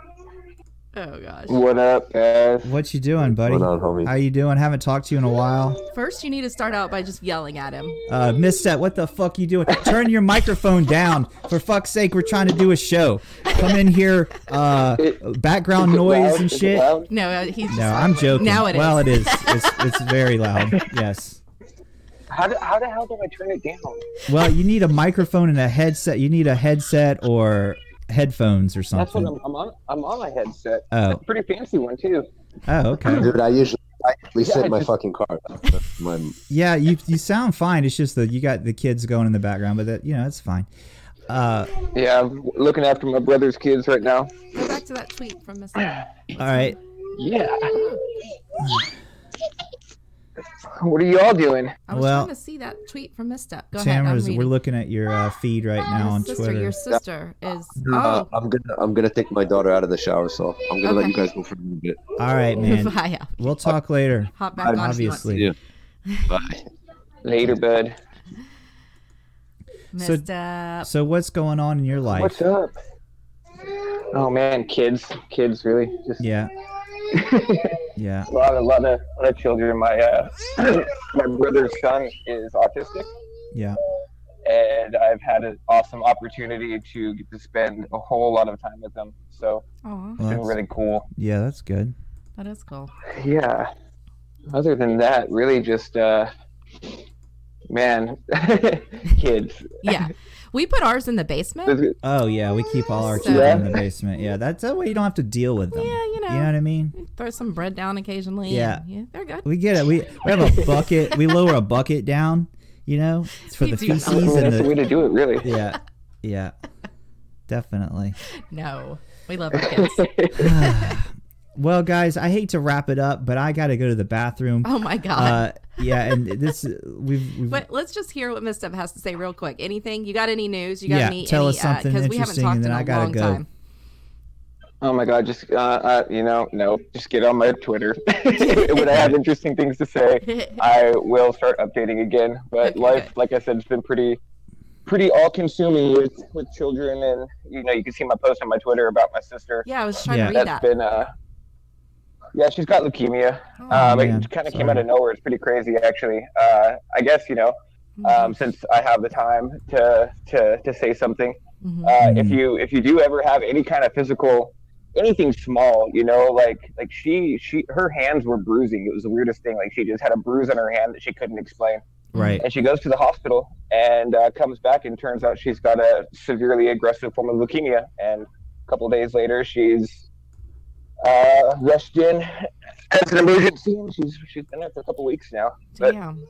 S2: Oh, gosh.
S5: What up, guys?
S1: What you doing, buddy?
S3: What's going on, homie?
S1: How you doing? Haven't talked to you in a while.
S2: First, you need to start out by just yelling at him.
S1: Uh, misstep, what the fuck you doing? Turn your microphone down. For fuck's sake, we're trying to do a show. Come in here, uh, background noise and shit.
S2: No, uh, he's just.
S1: No, I'm joking.
S2: Now it is.
S1: Well, it is. It's, it's very loud. Yes.
S5: How, do, how the hell do I turn it down?
S1: Well, you need a microphone and a headset. You need a headset or headphones or
S5: That's what
S1: something.
S5: I'm, I'm on. I'm on my headset.
S1: Oh,
S5: Pretty fancy one too.
S1: oh, okay.
S3: Dude, I usually I usually
S5: Yeah,
S3: sit
S5: I
S3: in my
S5: just-
S3: fucking car. My,
S1: Yeah, you you sound fine. It's just that you got the kids going in the background, but that you know it's fine. Uh,
S5: Yeah, I'm looking after my brother's kids right now.
S2: Go back to that tweet from Miss.
S1: all right.
S5: Yeah. What are y'all doing?
S2: I was
S1: Well-
S2: trying to see that tweet from Misstep. Go ahead. I'm
S1: Tamara's,
S2: reading. Oh,
S1: we're looking at your uh, feed right now
S2: Your
S1: on
S2: sister,
S1: Twitter.
S2: Your sister
S1: <laughs>
S2: is.
S3: uh,
S2: Oh,
S3: I'm gonna I'm gonna take my daughter out of the shower, so I'm gonna let
S2: Okay.
S3: you guys go for a little bit.
S1: All right,
S2: <laughs>
S1: man. <laughs>
S2: Vaya.
S1: We'll talk later.
S2: Hop back on.
S1: Obviously.
S3: Yeah.
S5: Later, bud.
S1: So-
S2: Misstep.
S1: So what's going on in your life?
S5: What's up? Oh man, kids, kids, really. Just
S1: Yeah. yeah.
S5: <laughs> a lot, a lot of, a lot of children. My uh, <clears throat> my brother's son is autistic.
S1: Yeah.
S5: and I've had an awesome opportunity to get to spend a whole lot of time with them. So
S2: Oh,
S5: it's
S1: Well,
S5: been
S1: that's,
S5: really cool.
S1: yeah, that's good.
S2: that
S1: <laughs>
S2: is cool.
S5: Yeah. Other than that, really just uh man, <laughs> kids.
S2: Yeah. We put ours in the basement.
S1: Oh yeah, we keep all our
S2: So-
S1: children in the basement. Yeah, that's that way you don't have to deal with them.
S2: Yeah, you know.
S1: You know what I mean?
S2: Throw some bread down occasionally.
S1: Yeah.
S2: and- yeah. They're good.
S1: We get it. We we have a bucket. we lower a bucket down. You know, it's for
S2: We
S1: the
S2: do.
S1: feces
S5: I mean,
S1: and
S5: that's the way
S1: the
S5: to do it, really.
S1: yeah, yeah, definitely.
S2: No. We love
S1: <laughs>
S2: our kids.
S1: Well, guys, I hate to wrap it up, but I got to go to the bathroom.
S2: Oh, my God.
S1: Uh, yeah, and this we've, we've
S2: but let's just hear what Misstep has to say real quick. Anything? You got any news? You got
S1: Yeah,
S2: any?
S1: tell
S2: any,
S1: us something
S2: Because we haven't
S1: interesting,
S2: talked
S1: and
S2: in
S1: then
S2: a
S1: I gotta
S2: long
S1: go.
S2: time.
S5: oh my god, just uh, uh you know, no, just get on my Twitter. <laughs> when I have interesting things to say, I will start updating again. But
S2: Okay,
S5: life,
S2: good.
S5: like I said, it's been pretty, pretty all-consuming with with children, and you know, you can see my post on my Twitter about my sister.
S2: <laughs> yeah, I was trying
S1: Yeah.
S2: to read
S5: That's
S2: that.
S5: been, uh, yeah, she's got leukemia.
S2: Oh,
S5: um,
S1: man.
S5: it kind of came
S1: Sorry.
S5: out of nowhere. It's pretty crazy, actually. Uh, I guess you know,
S2: Mm-hmm.
S5: um, since I have the time to to to say something,
S2: mhm,
S5: uh,
S2: mhm.
S5: if
S1: Mhm.
S5: you if you do ever have any kind of physical anything small you know like like she she her hands were bruising it was the weirdest thing like she just had a bruise on her hand that she couldn't explain
S1: right.
S5: and she goes to the hospital and uh, comes back and turns out she's got a severely aggressive form of leukemia and a couple days later she's uh, rushed in as an emergency, and she's she's been there for a couple weeks now. But
S2: Damn.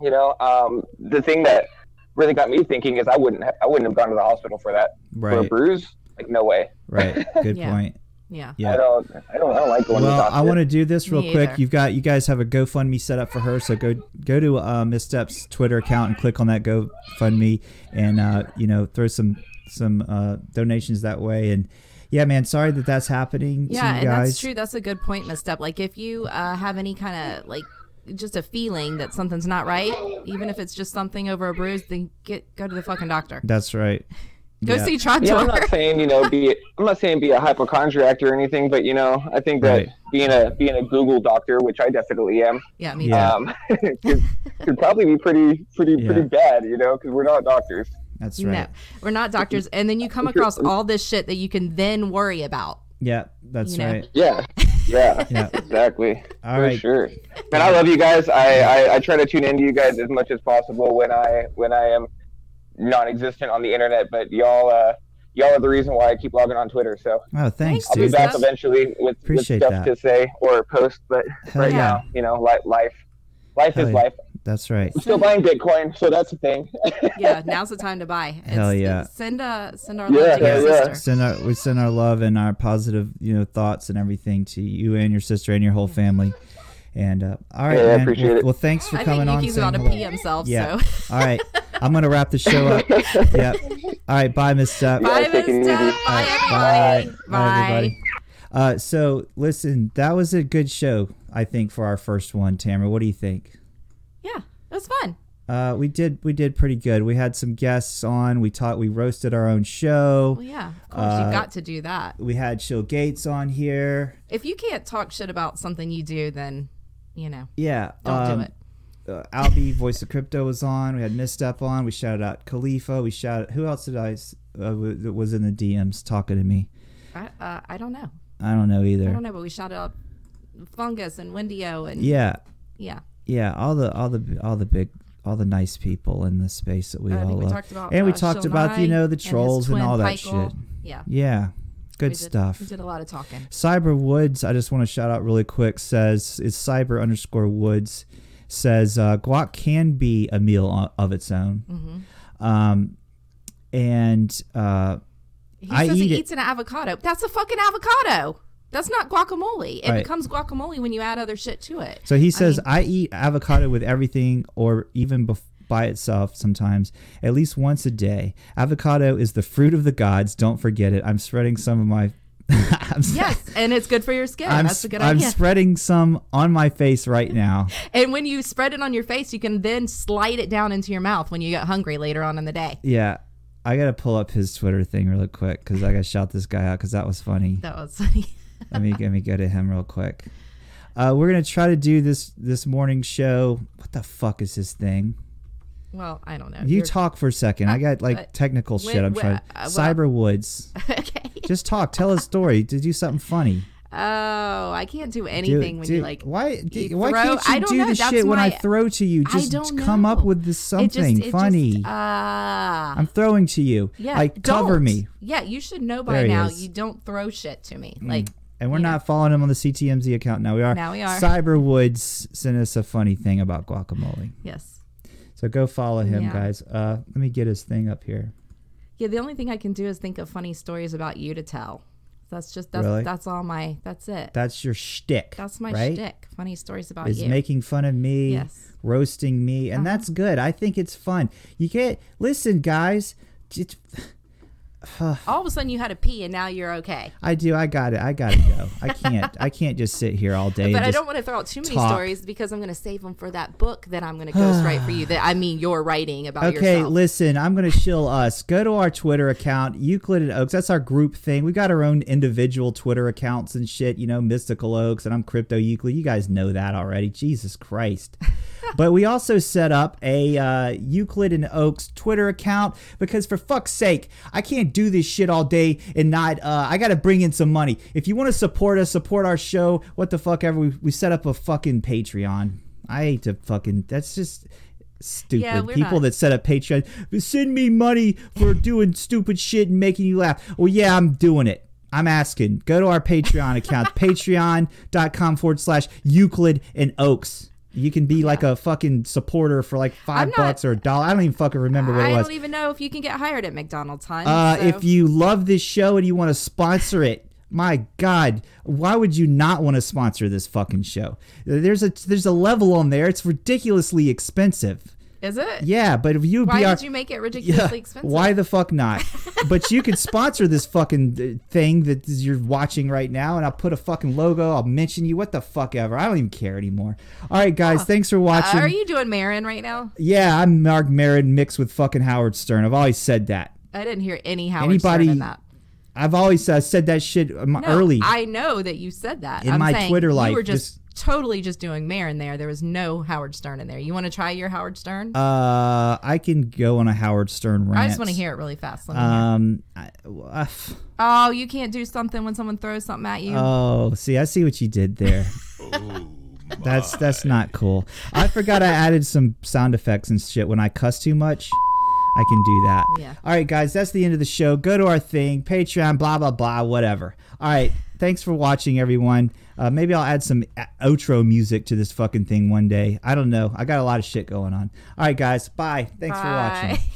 S5: you know, um, the thing that really got me thinking is I wouldn't ha- I wouldn't have gone to the hospital for that for a
S1: Right.
S5: bruise. Like no way.
S1: Right. Good
S2: Yeah.
S1: point.
S2: Yeah.
S5: I
S1: Yeah.
S5: don't I don't I don't like going to the
S1: Well,
S5: doctor.
S1: I want to do this
S2: Me
S1: real quick.
S2: either.
S1: You've got you guys have a GoFundMe set up for her, so go go to uh, Miss Steps Twitter account and click on that GoFundMe, and uh, you know throw some some uh, donations that way. And yeah, man, sorry that that's happening
S2: Yeah,
S1: to you
S2: and
S1: guys.
S2: that's true. That's a good point, Miss Step. Like, if you uh, have any kind of like just a feeling that something's not right, even if it's just something over a bruise, then get go to the fucking doctor.
S1: That's right.
S2: <laughs> Go
S1: yeah.
S2: see Trontor.
S5: yeah, I'm not saying you know be I'm not saying be a hypochondriac or anything, but you know I think that
S1: Right.
S5: being a being a Google doctor, which I definitely am,
S2: <laughs> yeah, me.
S1: Yeah.
S5: um, <laughs> could, could probably be pretty pretty
S1: Yeah.
S5: pretty bad, you know, because we're not doctors.
S1: That's
S2: too.
S1: right.
S2: No, we're not doctors. And then you come across all this shit that you can then worry about.
S1: Yeah, that's
S2: You know.
S1: right.
S5: Yeah,
S1: <laughs>
S5: yeah,
S2: <laughs>
S1: Yeah.
S5: exactly.
S1: All
S5: for
S1: right.
S5: sure. And I love you guys. I, I I try to tune into you guys as much as possible when I when I am non-existent on the internet, but y'all uh y'all are the reason why I keep logging on Twitter. So
S1: Oh, thanks,
S5: I'll be
S1: dude.
S5: back
S2: Stuff.
S5: eventually with, with
S1: Appreciate
S5: stuff
S1: that.
S5: to say or post, but
S1: Hell
S5: right
S1: yeah.
S5: now, you know, li- life. Life
S1: Hell
S5: is
S1: yeah.
S5: life.
S1: That's right.
S5: I'm still buying Bitcoin, so that's a thing.
S2: <laughs> Yeah, now's the time to buy. It's-
S1: Hell yeah.
S2: it's- Send uh send our
S5: Yeah,
S2: love to
S5: yeah,
S2: your
S5: yeah.
S2: sister.
S1: Send our we send our love and our positive you know thoughts and everything to you and your sister and your whole
S2: Mm-hmm.
S1: family. And uh, all right,
S5: Yeah, I
S1: man.
S5: appreciate
S1: well,
S5: it.
S1: well, thanks for
S2: I
S1: coming
S2: think
S1: on.
S2: Yuki's
S1: saying
S2: about to
S1: hello.
S2: pee himself.
S1: Yeah.
S2: So
S1: All
S2: <laughs>
S1: right, I'm gonna wrap the show
S5: <laughs>
S1: up. yeah. All right, bye, Miss Step.
S5: Yeah,
S2: bye,
S5: take it
S2: Miss
S5: easy.
S2: Step.
S1: All
S2: Bye,
S1: right,
S2: everybody.
S1: Bye, everybody. Uh, so listen, that was a good show, I think, for our first one. Tamara, what do you think?
S2: Yeah, it was fun.
S1: Uh, we did we did pretty good. We had some guests on. We taught. We roasted our own show.
S2: Well, yeah, of course
S1: Uh,
S2: you got to do that.
S1: We had Shill Gates on here.
S2: If you can't talk shit about something you do, then you know
S1: Yeah,
S2: don't
S1: um,
S2: do it.
S1: uh, Albie, voice of crypto, was on. We had Misstep on. We shouted out Khalifa. We shouted. Who else did I? s- Uh, w- that was in the DMs talking to me.
S2: I, uh, I don't know.
S1: I don't know either.
S2: I don't know, but we shouted out fungus and Wendio and
S1: Yeah,
S2: yeah.
S1: yeah. All the all the all the big all the nice people in the space that we
S2: I
S1: all
S2: think we
S1: love.
S2: talked about
S1: and we
S2: uh,
S1: talked
S2: Shil
S1: about you
S2: Nye
S1: know the
S2: and his
S1: trolls and,
S2: twin
S1: all that
S2: Pykel.
S1: shit.
S2: Yeah,
S1: Yeah, good
S2: we did-
S1: stuff.
S2: We did a lot of talking.
S1: Cyber Woods, I just want to shout out really quick, says it's cyber underscore woods says uh, guac can be a meal o- of its own.
S2: hmm
S1: Um, and uh,
S2: He
S1: I
S2: says
S1: eat
S2: he
S1: it.
S2: eats an avocado. That's a fucking avocado. That's not guacamole. It
S1: Right.
S2: becomes guacamole when you add other shit to it.
S1: so he says,
S2: mean-
S1: I, eat avocado with everything or even bef- by itself sometimes, at least once a day. Avocado is the fruit of the gods. Don't forget it. I'm spreading some of my. <laughs> I'm, s-
S2: Yes, and it's good for your skin.
S1: I'm,
S2: That's a
S1: s-
S2: good
S1: I'm
S2: idea.
S1: spreading some on my face right now.
S2: and when you spread it on your face, you can then slide it down into your mouth when you get hungry later on in the day.
S1: Yeah. I got to pull up his Twitter thing really quick because I got to shout this guy out because that was funny.
S2: That was <laughs> funny.
S1: let me let me go to him real quick. Uh, we're gonna try to do this this morning show. What the fuck is this thing?
S2: Well, I don't know.
S1: You
S2: You're-
S1: talk for a second. I got like
S2: uh,
S1: technical
S2: when-
S1: shit. I'm
S2: when-
S1: trying.
S2: uh, well-
S1: Cyber Woods.
S2: okay.
S1: Just talk. Tell a story. To do something funny.
S2: Oh, I can't do
S1: Do-
S2: anything when
S1: do-
S2: you like.
S1: Why?
S2: you
S1: why
S2: throw-
S1: can't you
S2: I don't
S1: do
S2: know,
S1: the
S2: that's
S1: shit when I
S2: why-
S1: throw to you?
S2: I
S1: Just
S2: don't
S1: come up
S2: know.
S1: with this
S2: It just-
S1: something
S2: it just-
S1: funny.
S2: Ah.
S1: I'm throwing to you.
S2: yeah.
S1: Like cover
S2: don't.
S1: me.
S2: Yeah, you should know
S1: There
S2: by
S1: he
S2: now.
S1: is. Mm.
S2: You don't throw shit to me. Like
S1: And we're
S2: Yeah.
S1: not following him on the CTMZ account now. We are.
S2: Now we are.
S1: Cyber Woods sent us a funny thing about guacamole.
S2: yes.
S1: So go follow him,
S2: Yeah.
S1: guys. Uh, let me get his thing up here.
S2: Yeah, the only thing I can do is think of funny stories about you to tell. That's just that's
S1: Really?
S2: that's all my that's it.
S1: That's your shtick.
S2: that's my
S1: right?
S2: shtick. Funny stories about
S1: Is
S2: you.
S1: making fun of me,
S2: Yes. Uh-huh.
S1: roasting me, and that's good. I think it's fun. You can't listen, guys. Just,
S2: all of a sudden you had a pee and now you're okay.
S1: I do. I got it. I gotta go. I can't. I can't just sit here all day.
S2: <laughs> But
S1: and
S2: I
S1: just-
S2: don't want to throw out too many
S1: talk.
S2: stories because I'm going to save them for that book that I'm going to ghostwrite for you. That I mean, you're writing about
S1: Okay,
S2: yourself.
S1: listen, I'm going to shill us. Go to our Twitter account, Euclid and Oaks. That's our group thing. We got our own individual Twitter accounts and shit, you know, Mystical Oaks and I'm Crypto Euclid. You guys know that already. Jesus
S2: <laughs>
S1: Christ. but we also set up a uh, Euclid and Oaks Twitter account because for fuck's sake, I can't do this shit all day and not, uh, I got to bring in some money. If you want to support us, support our show, what the fuck ever, we, we set up a fucking Patreon. I hate to fucking, that's just stupid
S2: Yeah, we're
S1: people
S2: not-
S1: that set up Patreon. Send me money for doing stupid shit and making you laugh. Well, yeah, I'm doing it. I'm asking. Go to our Patreon
S2: <laughs>
S1: account, patreon.com forward slash Euclid and Oaks. You can be like a fucking supporter for like
S2: I'm
S1: five
S2: not-
S1: bucks or a dollar. I don't even fucking remember what
S2: I
S1: it was.
S2: don't even know if you can get hired at McDonald's, hon.
S1: Uh,
S2: so-
S1: If you love this show and you want to sponsor it, my God, why would you not want to sponsor this fucking show? There's a there's a level on there. It's ridiculously expensive.
S2: is it?
S1: Yeah, but if you
S2: Why
S1: be our,
S2: did you make it ridiculously expensive?
S1: why the fuck not?
S2: <laughs>
S1: but you could sponsor this fucking uh, thing that is- you're watching right now, and I'll put a fucking logo. I'll mention you. What the fuck ever. I don't even care anymore. All right, guys, thanks for watching.
S2: Oh, Uh, Are you doing Marin right now?
S1: yeah, I'm Mark Marin mixed with fucking Howard Stern. I've always said that.
S2: I didn't hear any Howard
S1: Anybody-
S2: Stern in that.
S1: I've always uh, said that shit um,
S2: No,
S1: early.
S2: I know that you said that
S1: In
S2: I'm
S1: my
S2: saying
S1: Twitter life,
S2: You were just totally just doing Marin there. There was no Howard Stern in there. You want to try your Howard Stern?
S1: Uh, I can go on a Howard Stern rant.
S2: I just want to hear it really fast. Let me hear it.
S1: Um, I, uh,
S2: Oh, you can't do something when someone throws something at you.
S1: oh, see, I see what you did
S2: <laughs>
S1: there.
S6: Oh,
S1: That's that's not cool. I forgot I added some sound effects and shit when I cuss too much. I can do that.
S2: Yeah.
S1: All right, guys, that's the end of the show. Go to our thing, Patreon, blah blah blah, whatever. All right, thanks for watching, everyone. Uh, maybe I'll add some a- outro music to this fucking thing one day. I don't know. I got a lot of shit going on. All right, guys, bye. Thanks for watching.
S2: Bye. <laughs>